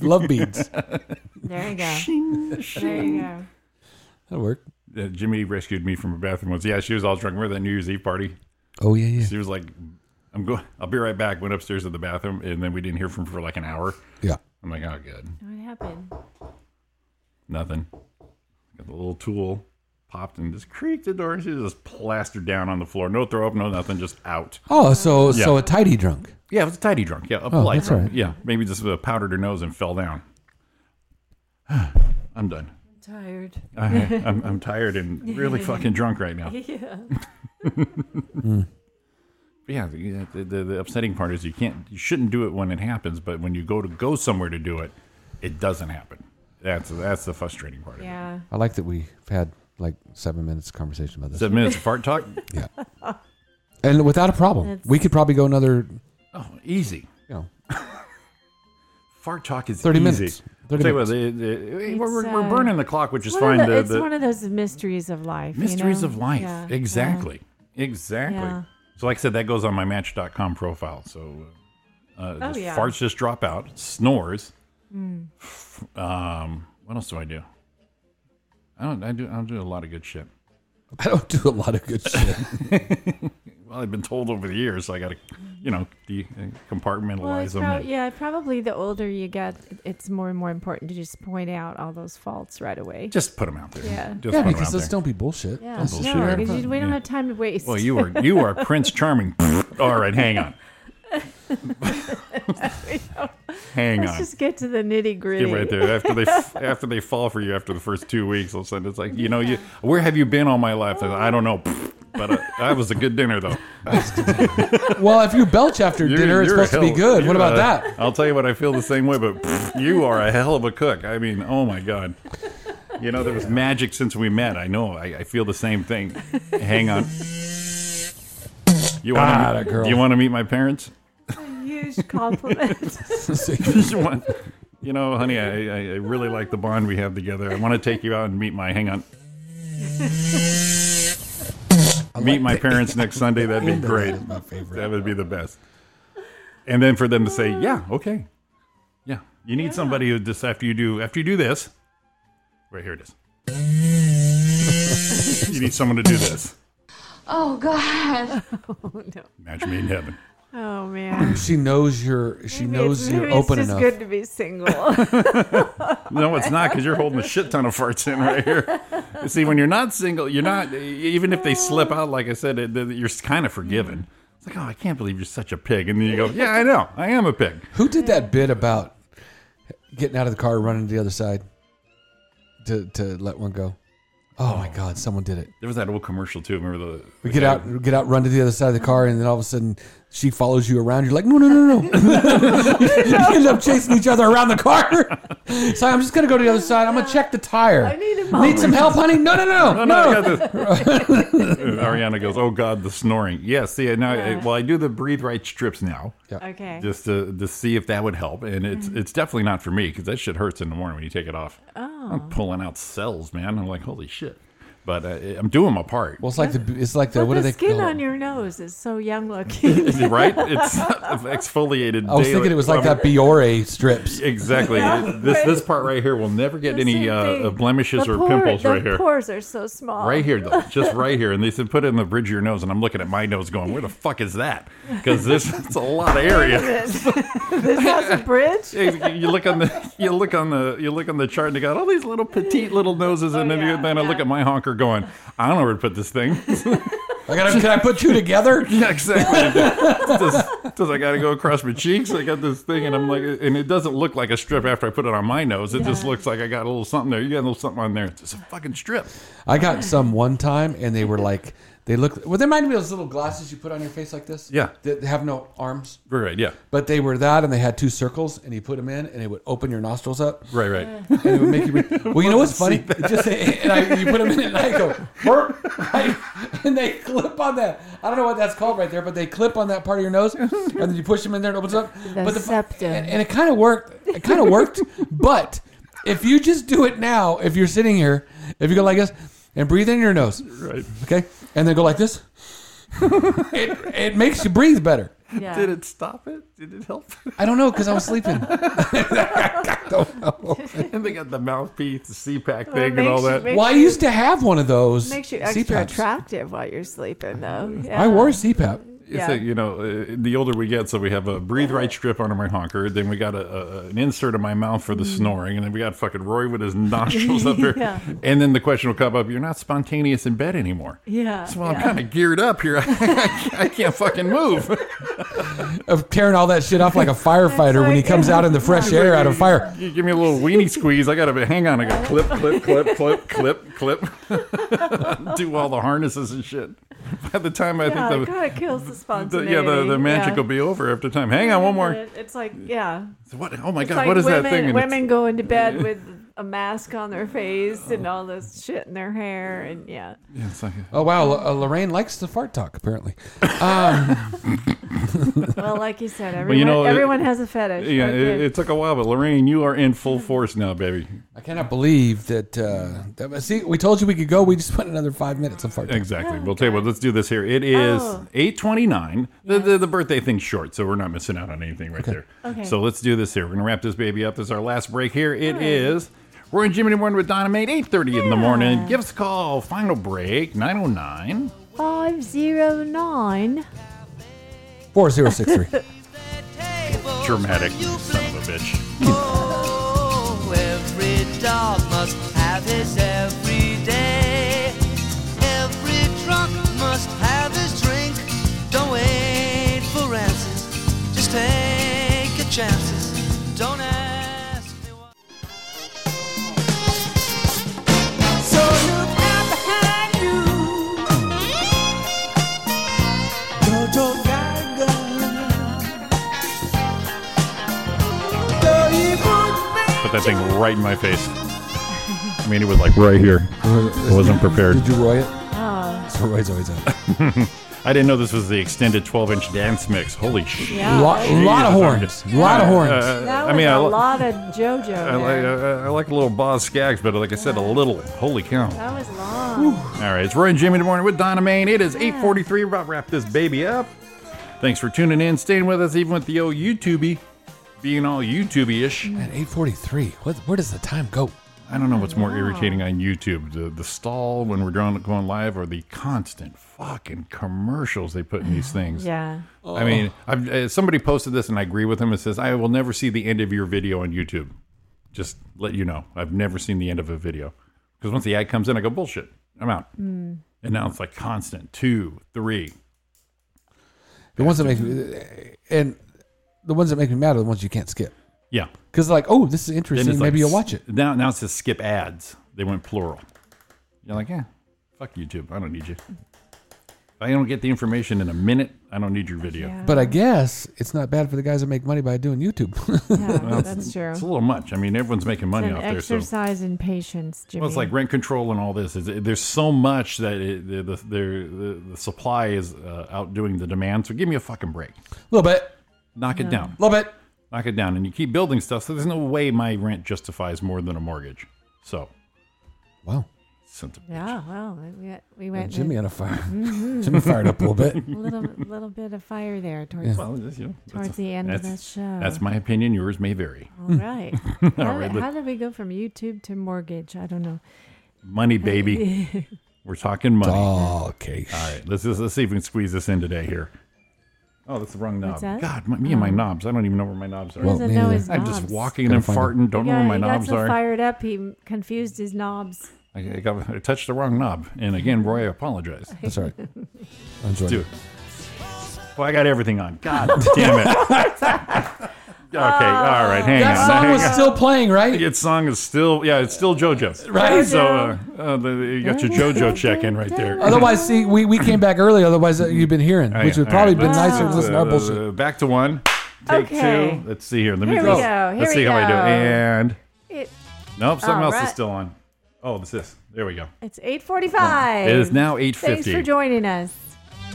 Love beads. There you go. there you go. That'll work. uh, Jimmy rescued me from a bathroom once. Yeah, she was all drunk. Remember that New Year's Eve party? Oh, yeah, yeah. She was like, "I'm going. I'll be right back." Went upstairs to the bathroom, and then we didn't hear from her for like an hour. Yeah. I'm like, "Oh, good, What happened? nothing." Got the little tool, popped and just creaked the door. She just plastered down on the floor. No throw up, no nothing, just out. Oh, so so Yeah. a tidy drunk. Yeah, it was a tidy drunk. Yeah, a polite Oh, that's drunk. all right. Yeah, maybe just uh, powdered her nose and fell down. I'm done. I'm tired. I, I'm, I'm tired and really fucking drunk right now. Yeah. Hmm. But yeah, the, the- the, the upsetting part is you can't, you shouldn't do it when it happens, but when you go to go somewhere to do it, it doesn't happen. That's that's the frustrating part. Of Yeah. I like that we've had like seven minutes conversation about it. this. Seven minutes of fart talk. and without a problem. It's- we could probably go another, Oh, easy. you know, Fart talk is 30 easy. minutes. 30 I'll tell you what, the- the- we're, we're- we're uh, burning the clock, which is One fine. of the- The- it's the one of those mysteries of life. you mysteries know? of life. Yeah. Exactly. Exactly. Yeah. So, like I said, that goes on my Match.com profile. So, uh, Oh, just yeah. Hmm. farts just drop out, snores. Um, what else do I do? I don't. I do. I don't do a lot of good shit. I don't do a lot of good shit. Well, I've been told over the years, so I got to, you know, de- uh, compartmentalize Well, it's them. prob- and- yeah, probably the older you get, it's more and more important to just point out all those faults right away. Just put them out there. Yeah. Just yeah, put 'em because out let's there. don't be bullshit. Yeah, Let's just no, shoot it out. 'cause you- we don't Yeah. have time to waste. Well, you are you are Prince Charming. All right, hang on. hang Let's on. just get to the nitty gritty. Get right there after they f- after they fall for you after the first two weeks. All of a sudden, it's like you know you where have you been all my life? They're like, I don't know, but uh, that was a good dinner though. Well, if you belch after You're- dinner, it's you're a supposed to be hell- good. What you're about a- that? I'll tell you what, I feel the same way, but you are a hell of a cook. I mean, oh my god. You know, there was magic since we met. I know. I, I feel the same thing. Hang on. You want Ah, to that girl. you want to meet my parents? Huge compliment. Just want- you know, honey, I, I, I really like the bond we have together. I want to take you out and meet my. Hang on. meet my parents next Sunday. That'd be great. My favorite. That would be the best. And then for them to say, "Yeah, okay, yeah," you need somebody who just after you do after you do this, right here it is. you need someone to do this. Oh, God. Match made in heaven. oh man, She knows you're. She Maybe knows it's, you're maybe it's open just enough. good to be single. No, it's not because you're holding a shit ton of farts in right here. See, when you're not single, you're not, even if they slip out, like I said, it, you're kind of forgiven. It's like, oh, I can't believe you're such a pig. And then you go, yeah, I know. I am a pig. Who did that bit about getting out of the car, running to the other side, to to let one go? Oh my God! Someone did it. There was that old commercial, too. Remember the. We get out, we get out, run to the other side of the car, and then all of a sudden she follows you around. You're like, no, no, no, no. you end up chasing each other around the car. so I'm just gonna go to the other side. I'm gonna check the tire. I need a Need some help, honey? No, no, no, no. Oh, no, I got this. Ariana goes, oh, God, the snoring. Yeah, see, now, I, well, I do the breathe right strips now. okay. Mm-hmm. Just to, to see if that would help, and it's it's definitely not for me because that shit hurts in the morning when you take it off. Oh. I'm pulling out cells, man. I'm like, holy shit! But uh, I'm doing my part. Well, it's like the it's like the But what the do they skin call on it? your nose is so young looking. right? It's exfoliated. I was thinking it was like that Biore strips. Exactly. This this part right here will never get The any same uh, thing. uh, blemishes The or pore- pimples the right here. Pores are so small. Right here, though, just right here, and they said put it in the bridge of your nose, and I'm looking at my nose, going, "Where the fuck is that?" Because there's it's a lot of area. this has a bridge. you look on the you look on the you look on the chart and they got all these little petite little noses and then, Oh, yeah, then I look at my honker going, I don't know where to put this thing. I gotta, can I put two together? yeah, exactly. does, does I gotta go across my cheeks? I got this thing and I'm like and it doesn't look like a strip after I put it on my nose. It just Yeah. looks like I got a little something there. You got a little something on there. It's just a fucking strip. I got some one time, and they were like, they looked. Well, they reminded me of those little glasses you put on your face like this. Yeah. that have no arms, Right, right, yeah. but they were that, and they had two circles, and you put them in, and it would open your nostrils up, Right, right. and it would make you. Re- well, you know what's funny? It just and I, you put them in, and I go, "Burp," right? and they clip on that. I don't know what that's called right there, but they clip on that part of your nose, and then you push them in there, and it opens up. but fu- septum. and, and it kind of worked. It kind of worked, but if you just do it now, if you're sitting here, if you go like this and breathe in your nose, Right. Okay, and then go like this. it, it makes you breathe better. Yeah. Did it stop it? Did it help? I don't know because I was sleeping. and they got the mouthpiece, the CPAC Well, it thing and all makes you- that. makes Well, I you- used to have one of those. makes you extra CPAPs. attractive while you're sleeping, though. Yeah. I wore a CPAP. It's Yeah. like, you know, uh, the older we get, so we have a breathe right strip on my honker. Then we got a, a, an insert in my mouth for the snoring. And then we got fucking Roy with his nostrils up here. Mm. Yeah. And then the question will come up you're not spontaneous in bed anymore. Yeah, So well, I'm yeah. kind of geared up here. I, can't fucking move. Of tearing all that shit off like a firefighter when he like- comes out in the fresh air out of fire. You give me a little weenie squeeze. I got to hang on. I got clip, clip, clip, clip, clip, clip. Do all the harnesses and shit. By the time I Yeah, think it the. kind of kills the the- spontaneity. yeah, the, the magic yeah. will be over after time. Hang on, one more. It's like, yeah. What? Oh my It's God! like what is women, that thing? And it's- Women go into bed with a mask on their face and all this shit in their hair, and yeah. Yeah, it's like- Oh wow, L- uh, Lorraine likes the fart talk apparently. Well, like you said, everyone, Well, you know, it- everyone has a fetish. Yeah, it, Okay. it took a while, but Lorraine, you are in full force now, baby. I cannot believe that. Uh, that was- see, we told you we could go. We just went another five minutes of fart talk. Exactly. We'll tell you what. Let's do this here. It is Oh. eight twenty nine. The, the the birthday thing's short, so we're not missing out on anything right there. Okay. So let's do this here. We're gonna wrap this baby up. This is our last break here. It is. We're in Jimmy in the Morning with Donna Maid, 8.30 in the morning. Give us a call. Final break, 909. 509. Four zero six three. Dramatic son of a bitch. Oh, every dog must have his every day. Every drunk must have his drink. Don't wait for answers. Just take your chances. Don't ask me why. So look out behind you. Don't Put that thing right in my face. I mean, it was like right here. I wasn't prepared. Did you Roy it? Oh. So Roy's always out. I didn't know this was the extended 12 inch dance mix. Holy shit. Yeah. Oh, lot, lot of horns. lot of horns. Uh, that Uh, I was mean, a I, li- lot of JoJo. I, like, there. I, I like a little Boz Skaggs, but like I said, a little. Holy cow. that was long. All right, it's Roy and Jimmy in the morning with Donna Main. It is 8.43. We're about to wrap this baby up. Thanks for tuning in, staying with us, even with the old YouTubey being all YouTubey-ish. At 8:43, what, where does the time go? I don't know what's more irritating on YouTube the, the stall when we're drawing, going live or the constant fucking commercials they put in these things. Yeah. I mean, I've, uh, somebody posted this and I agree with him. It says, I will never see the end of your video on YouTube. Just let you know, I've never seen the end of a video. Because once the ad comes in, I go, bullshit, I'm out. Mm. And now it's like constant two, three. The ones that make me, and the ones that make me mad are the ones you can't skip Yeah. because like, oh, this is interesting. Maybe like you'll s- watch it. Now, now it says skip ads. They went plural. You're like, yeah, fuck YouTube. I don't need you. If I don't get the information in a minute, I don't need your video. yeah. But I guess it's not bad for the guys that make money by doing YouTube. yeah, that's true. It's a little much. I mean, everyone's making money An off there. So exercise in patience, Jimmy. Well, it's like rent control and all this. Is there's so much that it, the, the, there- the the supply is uh, outdoing the demand. So give me a fucking break. little bit, Knock it down. little bit. Knock it down. And you keep building stuff. So there's no way my rent justifies more than a mortgage. So Wow. Sent a- Yeah, well, we, we went Jimmy with on a fire. Jimmy fired up a little bit. a little, little bit of fire there towards Well, that's, you know, that's- Towards the end of that's- the show. That's my opinion. Yours may vary. All right. how, right, how let- did we go from YouTube to mortgage? I don't know. Money, baby. We're talking money. Oh, okay. All right, let's let's see if we can squeeze this in today here. Oh, that's the wrong knob. What's that? God, my, me and my knobs. I don't even know where my knobs are. He doesn't know neither. his I'm knobs. just walking Gotta and find 'em. farting. Don't know Yeah, where my he knobs got so are. fired up, he confused his knobs. I, I, got, I touched the wrong knob. And again, Roy, I apologize. That's all right. Enjoy. Do it. Well, I got everything on. God damn it. okay, Uh, all right, hang That on. song was hang on. still playing, right? Its song is still, yeah, it's still JoJo. Right. So uh, uh, the, you got your JoJo check in right there. Otherwise, see, we, we came back early. Otherwise, uh, you've been hearing, All right, which would all probably right, been let's- nicer to listen to uh, our bullshit. uh, Back to one. Take Okay. two. Let's see here. Let me Here we go. go, here Let's see we how I do. go. And It, nope, something All else is right. still on. Oh, it's this. There we go. it's 8.45. It is now eight Thanks fifty. for joining us.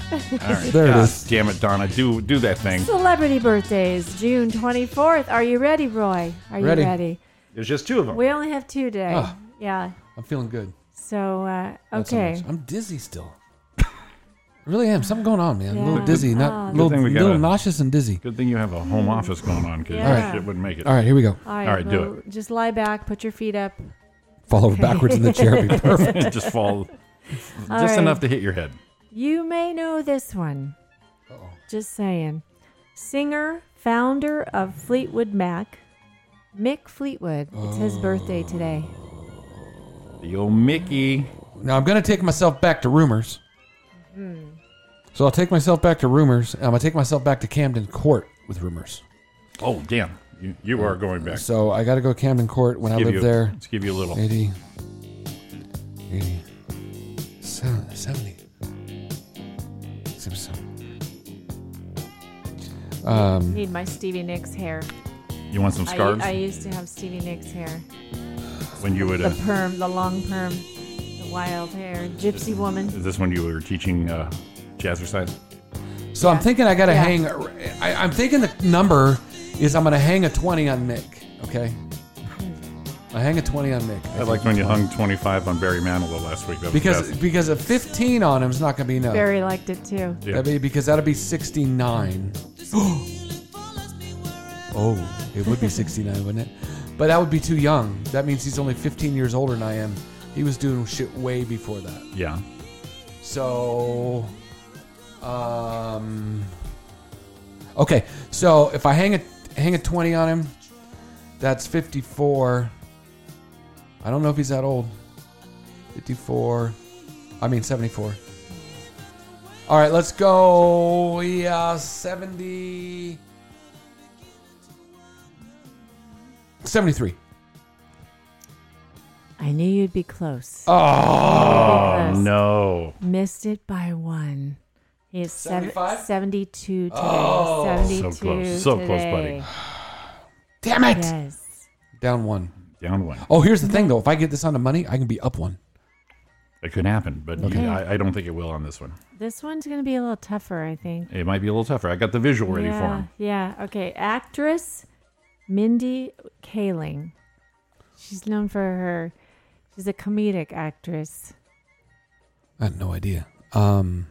There it God is. Damn it, Donna. Do do that thing. Celebrity birthdays, June 24th. Are you ready, Roy? Are you Ready. ready? There's just two of them. We only have two today. Ah. Yeah. I'm feeling good. So, uh, Not so okay. much. I'm dizzy still. I really am. Something going on, man. A little Yeah. dizzy, Oh, not a Good little, thing we got little a- nauseous and dizzy. Good thing you have a home office going on because Yeah. shit wouldn't make it. All right, here we go. All right, All right, do well, Just lie back, put your feet up. Fall over backwards in the chair. Be perfect. just fall just All right. enough to hit your head. You may know this one. Just saying. Singer, founder of Fleetwood Mac, Mick Fleetwood. It's his birthday today. The old Mickey. Now I'm going to take myself back to rumors. Mm-hmm. So I'll take myself back to rumors. and I'm going to take myself back to Camden Court with rumors. Oh damn. You, you are going back. So I got to go Camden Court when I Give lived you- there. Let's give you a little. 80, 80, 70, 70. Um, Need my Stevie Nicks hair. You want some I, scarves I used to have Stevie Nicks hair. when you would. Uh, The perm, the long perm, the wild hair, gypsy woman. is this when you were teaching uh, jazzercise? so I'm thinking I got to Yeah. hang. I, I'm thinking the number is I'm going to hang a 20 on Mick. Okay. I hang a 20 on Mick. I liked when you hung 25 on Barry Manilow last week. That was because best. because a 15 on him is not going to be enough. Barry liked it too. Yeah. That'd be because that'd be 69. oh, it would be 69, wouldn't it? But that would be too young. That means he's only 15 years older than I am. He was doing shit way before that. yeah. So, um, okay. So if I hang a hang a 20 on him, that's 54. I don't know if he's that old. 54. I mean 74. All right, let's go. Yeah, 70. 73. I knew you'd be close. Ah, Oh Because- no. Missed it by one. He is sev- 75? 72 today. Oh. 72 So close. So close, today. Damn it! Yes. Down one. Down one. Oh, here's the thing though. If I get this on the money, I can be up one. It could happen, but you- Okay. I, I don't think it will on this one. This one's going to be a little tougher, I think. It might be a little tougher. I got the visual ready yeah, for him. Yeah. Okay. Actress Mindy Kaling. She's known for her. She's a comedic actress. I have no idea. Um,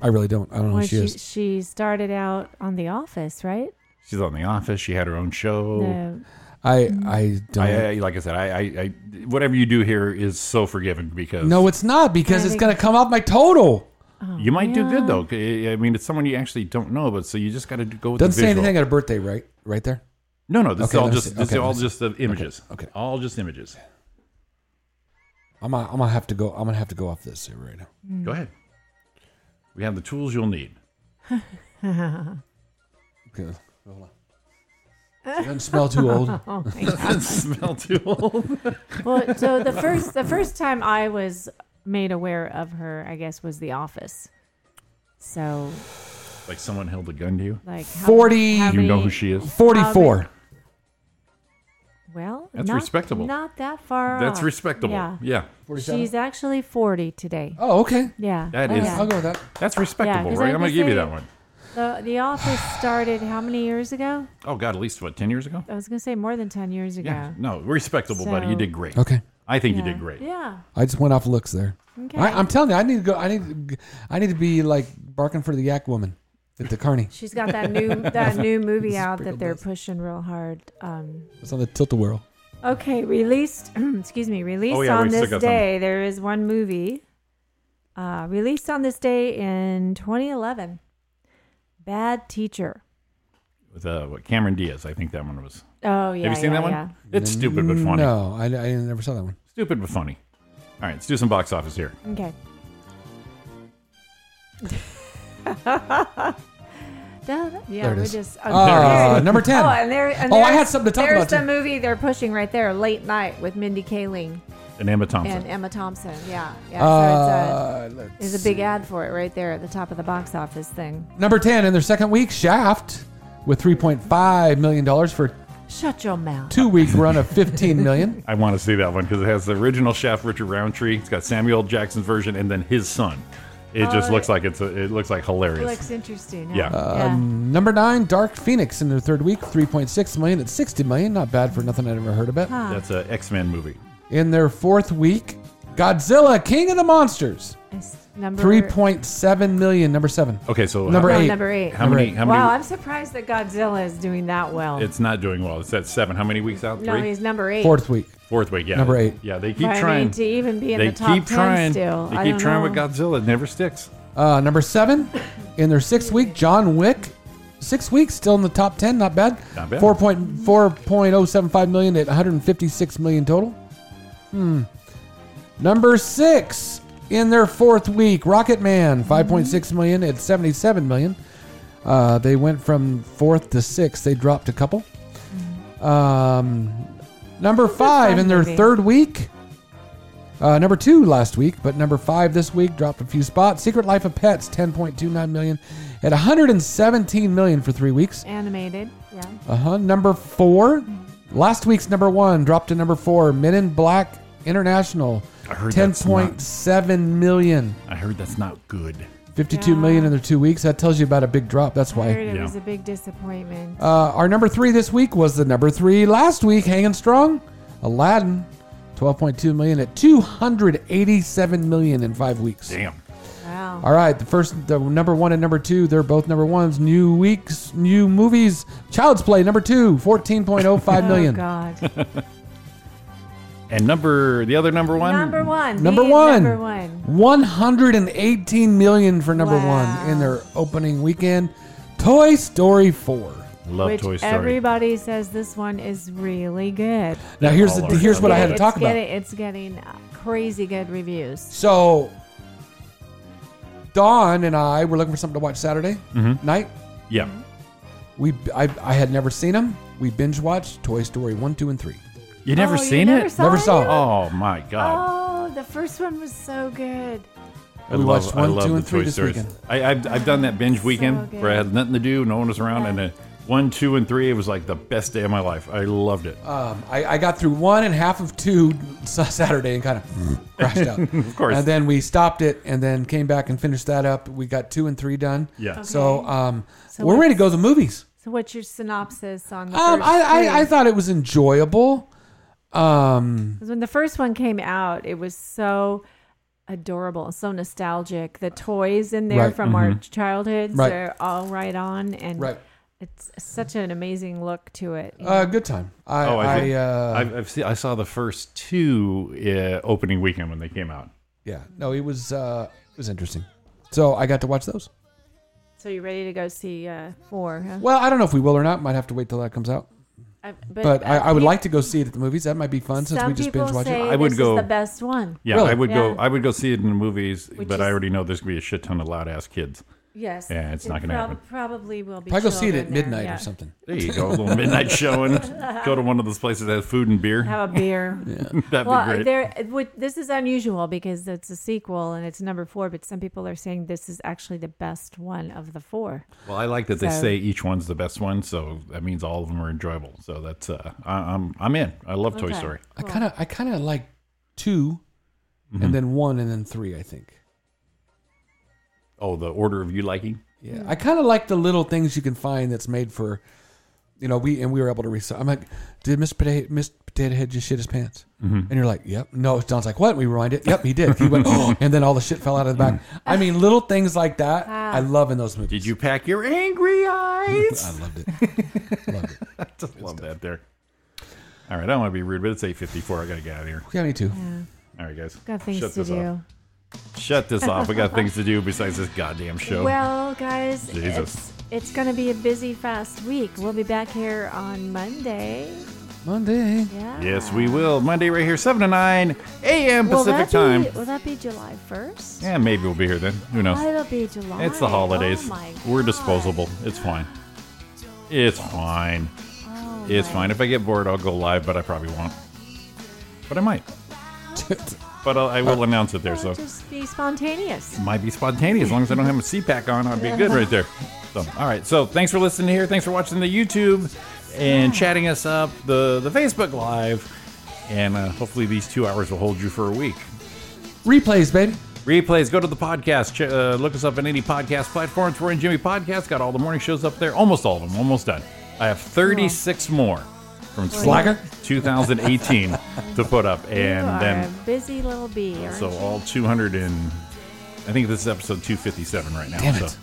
I really don't. I Oh, don't know Well, who she, she, is. she started out on The Office, right? She's on The Office. She had her own show. No. I I Mm. don't. I, I like I said, I, I, I whatever you do here is so forgiven because no, it's not because it's think- gonna come off my total. you might do yeah. good though. 'Cause, I mean, it's someone you actually don't know, but so you just got to go with Doesn't the say visual. anything at a birthday, right? Right there. No, no, this Okay, is all let me just see. this Okay, is let all me just the images. Okay, okay. all just images. I'm gonna, I'm gonna have to go. I'm gonna have to go off this here right now. Go ahead. We have the tools you'll need. Okay, hold on. It doesn't smell too old. Oh, Doesn't smell too old. Well, so the first the first time I was made aware of her, I guess, was The Office. So, like someone held a gun to you. like how- 40. how You know many- who she is. Forty-four. Well, That's not- respectable. Not that far. That's off. respectable. Yeah. yeah. She's actually 40 today. Oh, okay. Yeah. That Oh, is- yeah. I'll go with that. That's respectable, 'cause right? I'd I'm gonna be give you saying- that one. The, the office started how many years ago? Oh God, at least what ten years ago? I was going to say more than 10 years ago. Yeah. No, respectable, buddy. You So- did great. Okay. I think you did great. Yeah. I just went off looks there. Okay. I, I'm telling you, I need to go. I need, I need to be like barking for the yak woman at the carny. She's got that new that new movie out that they're pushing real hard. Um, It's on the tilt a whirl. okay, released. excuse me, released Oh, yeah, on we still this got some. day. There is one movie uh, released on this day in 2011. Bad Teacher. With uh, what Cameron Diaz, I think that one was. Oh yeah. Have you seen yeah, that one? yeah. It's stupid but funny. No, I, I never saw that one. Stupid but funny. All right, let's do some box office here. Okay. Duh, yeah, There it we're is. just Ah, there it is. number 10. Oh, and there, and Oh, I there's- had something to talk there's about, There's too. the movie they're pushing right there, Late Night with Mindy Kaling And Emma Thompson. and Emma Thompson. Yeah, yeah. so Uh, let's it's a, there's a big ad for it right there at the top of the box office thing. Number 10 in their second week, Shaft, with $3.5 million for a Shut your mouth. two week run of $15 million. I want to see that one because it has the original chef Richard Roundtree. It's got Samuel L. Jackson's version and then his son. It just Oh, looks like it's a, it looks like hilarious. It looks interesting. yeah. Number 9, Dark Phoenix in their third week, $3.6 million at $60 million. Not bad for nothing I'd ever heard about. That's a X Men movie. In their fourth week, Godzilla, King of the Monsters, It's number $3.7 million, number 7. Okay, so Number how, no, eight. Number eight. How many? How many? wow, I'm surprised that Godzilla is doing that well. it's not doing well. It's at seven. How many weeks out? Three. no, he's number eight. Fourth week. Fourth week. Yeah. Number eight. Yeah, they keep But I mean, trying. to even be in they the top keep 10 trying. still. They I keep don't trying know. with Godzilla. It never sticks. Uh, number 7, in their sixth week, John Wick. Six weeks, still in the top 10, not bad. Not bad. 4.4.075 million at 156 million total. Hmm. Number six in their fourth week, Rocket Man, 5.6 million at 77 million. Uh, they went from fourth to sixth. They dropped a couple. Um, number five fun in their movie. third week. Uh, number two last week, but number five this week dropped a few spots. Secret Life of Pets, 10.29 million at 117 million for three weeks. Animated, yeah. Uh huh. Number four. Last week's number one dropped to number four. Men in Black International. I heard ten that's not- point seven million. I heard that's not good. Fifty-two million in their two weeks. That tells you about a big drop. That's I heard why. it Yeah. was a big disappointment. Uh, our number three this week was the number three last week, hanging strong. Aladdin, twelve point two million at two hundred eighty-seven million in five weeks. Damn. wow. All right, the first, the number one and number two, they're both number ones. New weeks, new movies. Child's Play, number two, 14.05 Oh, million. God. And number the other number one. number one. Number the one. Number one. 118 million for number Wow. one in their opening weekend. Toy Story 4. Love which Toy Story. everybody says this one is really good. Now here's the, All right. here's what I had to It's talk about. getting- It's getting uh, crazy good reviews. So Dawn and I were looking for something to watch Saturday Mm-hmm. night. yeah. We I, I had never seen them. We binge watched Toy Story 1, 2 and 3. You never Oh, you seen never it? saw Never saw it. it. Oh my god. Oh, the first one was so good. Oh. I we love, watched I one, love two, the and three Toy this Stories. weekend. I, I've, I've done that binge weekend good. where I had nothing to do, no one was around, and uh, one, two, and three, it was like the best day of my life. I loved it. Um, I, I got through one and half of two sa- Saturday and kind of crashed out. of course. And then we stopped it and then came back and finished that up. We got two and three done. Yeah. Okay. So, um, So we're ready to what's- go to the movies. So, what's your synopsis on the Um, first I, three? I, I thought it was enjoyable. Um, 'Cause when the first one came out, it was so adorable, so nostalgic. The toys in there Right. from our Mm-hmm. childhoods Right. are all right on, and Right. it's such an amazing look to it. you uh, know. good time. I, oh, I, think- uh, I've, I've seen, I saw the first two uh, opening weekend when they came out. yeah, no, it was, uh, it was interesting. So I got to watch those. so you ready to go see uh, four? Huh? Well, I don't know if we will or not. Might have to wait till that comes out. I- But I, uh, I would peop- like to go see it at the movies. That might be fun since Some we just people binge watch say it. I would this go- is the best one. Yeah, Really? I would go. Yeah. I would go see it in the movies, Which but is- I already know there's gonna be a shit ton of loud ass kids. Yes. Yeah, it's not gonna happen. Probably will be. I go see it at children there, midnight yeah. or something. There you go, a little midnight showing. Go to one of those places that has food and beer. Have a beer. That'd well, be great. there. it would- This is unusual because it's a sequel and it's number four. But some people are saying this is actually the best one of the four. Well, I like that they So- say each one's the best one, so that means all of them are enjoyable. So that's uh, I, I'm I'm in. I love Toy Okay. Story. I kind of I kind of like 2 and then one and then three. I think. Oh, the order of you liking. Yeah, I kind of like the little things you can find that's made for you know, we and we were able to research. I'm like, did Mr. Potato, Mr. Potato Head just shit his pants? Mm-hmm. And you're like, yep. No, Don's like, what? We rewind it. Yep, he did. He went, oh, and then all the shit fell out of the back. I mean, little things like that. I love in those movies. Mm. Did you pack your angry eyes? I loved it. Just love that there. All right, I don't want to be rude, but it's 8.54. I got to get out of here. Yeah, me too. All right, guys. Got things Shut to this off. do. Shut this off. We got things to do besides this goddamn show. Well, guys, Jesus. it's it's going to be a busy, fast week. We'll be back here on Monday. Monday. Yeah. yes, we will. Monday right here, 7 to 9 a.m. Will Pacific that time. Be, will that be July first? Oh, Yeah, maybe we'll be here then. Who knows? It'll be July. It's the holidays. Oh my We're God. disposable. It's fine. It's fine. Oh It's my- fine. If I get bored, I'll go live, but I probably won't. But I might. But I'll, I will announce it there, so Well, it Just be spontaneous. might be spontaneous. As long as I don't have a CPAC on, I'd be good right there. So, all right. So, thanks for listening here. Thanks for watching the YouTube and chatting us up the the Facebook Live, and uh, hopefully these two hours will hold you for a week. Replays, baby. Replays, go to the podcast. Ch- uh, look us up on any podcast platforms. Roy and Jimmy Podcast got all the morning shows up there. Almost all of them. Almost done. I have Hmm. 36 more from Slacker. 2018 to put up. And you are then, a busy little bee. Aren't so you? all 200 and I think this is episode 257 right now. Damn so. it.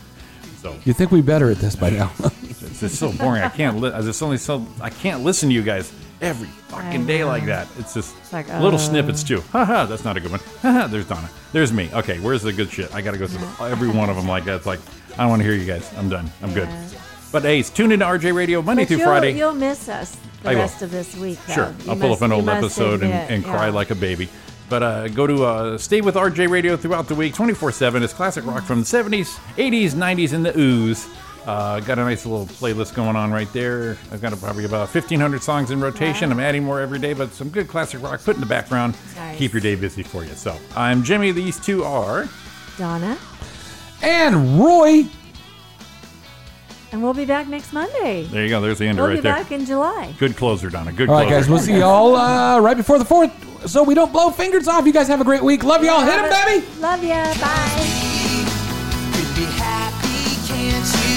So You think we better at this by now? it's, it's so boring. I can't. Li- there's only so I can't listen to you guys every fucking day like that. It's just like, little uh, snippets too. Haha, that's not a good one. Haha, there's Donna. There's me. Okay, where's the good shit? I gotta go through the- every one of them like that. It's like I don't want to hear you guys. I'm done. I'm good. Yeah. But hey, tune into RJ Radio Monday But through you'll, Friday. You'll miss us the I will. rest of this week. though. Sure, You I'll pull must- up an you old must episode and, admit, and cry yeah. like a baby. But uh, go to uh, stay with RJ Radio throughout the week, 24 7. It's classic rock from the 70s, 80s, 90s, and the ooze. Uh, got a nice little playlist going on right there. I've got probably about 1,500 songs in rotation. I'm adding more every day, but some good classic rock put in the background. Nice. Keep your day busy for you. So I'm Jimmy. These two are. Donna. and Roy. And we'll be back next Monday. There you go. There's the end We'll right be there. back in July. Good closer, Donna. Good All right, closer. guys. We'll see y'all uh, right before the fourth, so we don't blow fingers off. You guys have a great week. Love y'all. Hit 'em, baby. Love ya. Bye. Could be happy, can't you?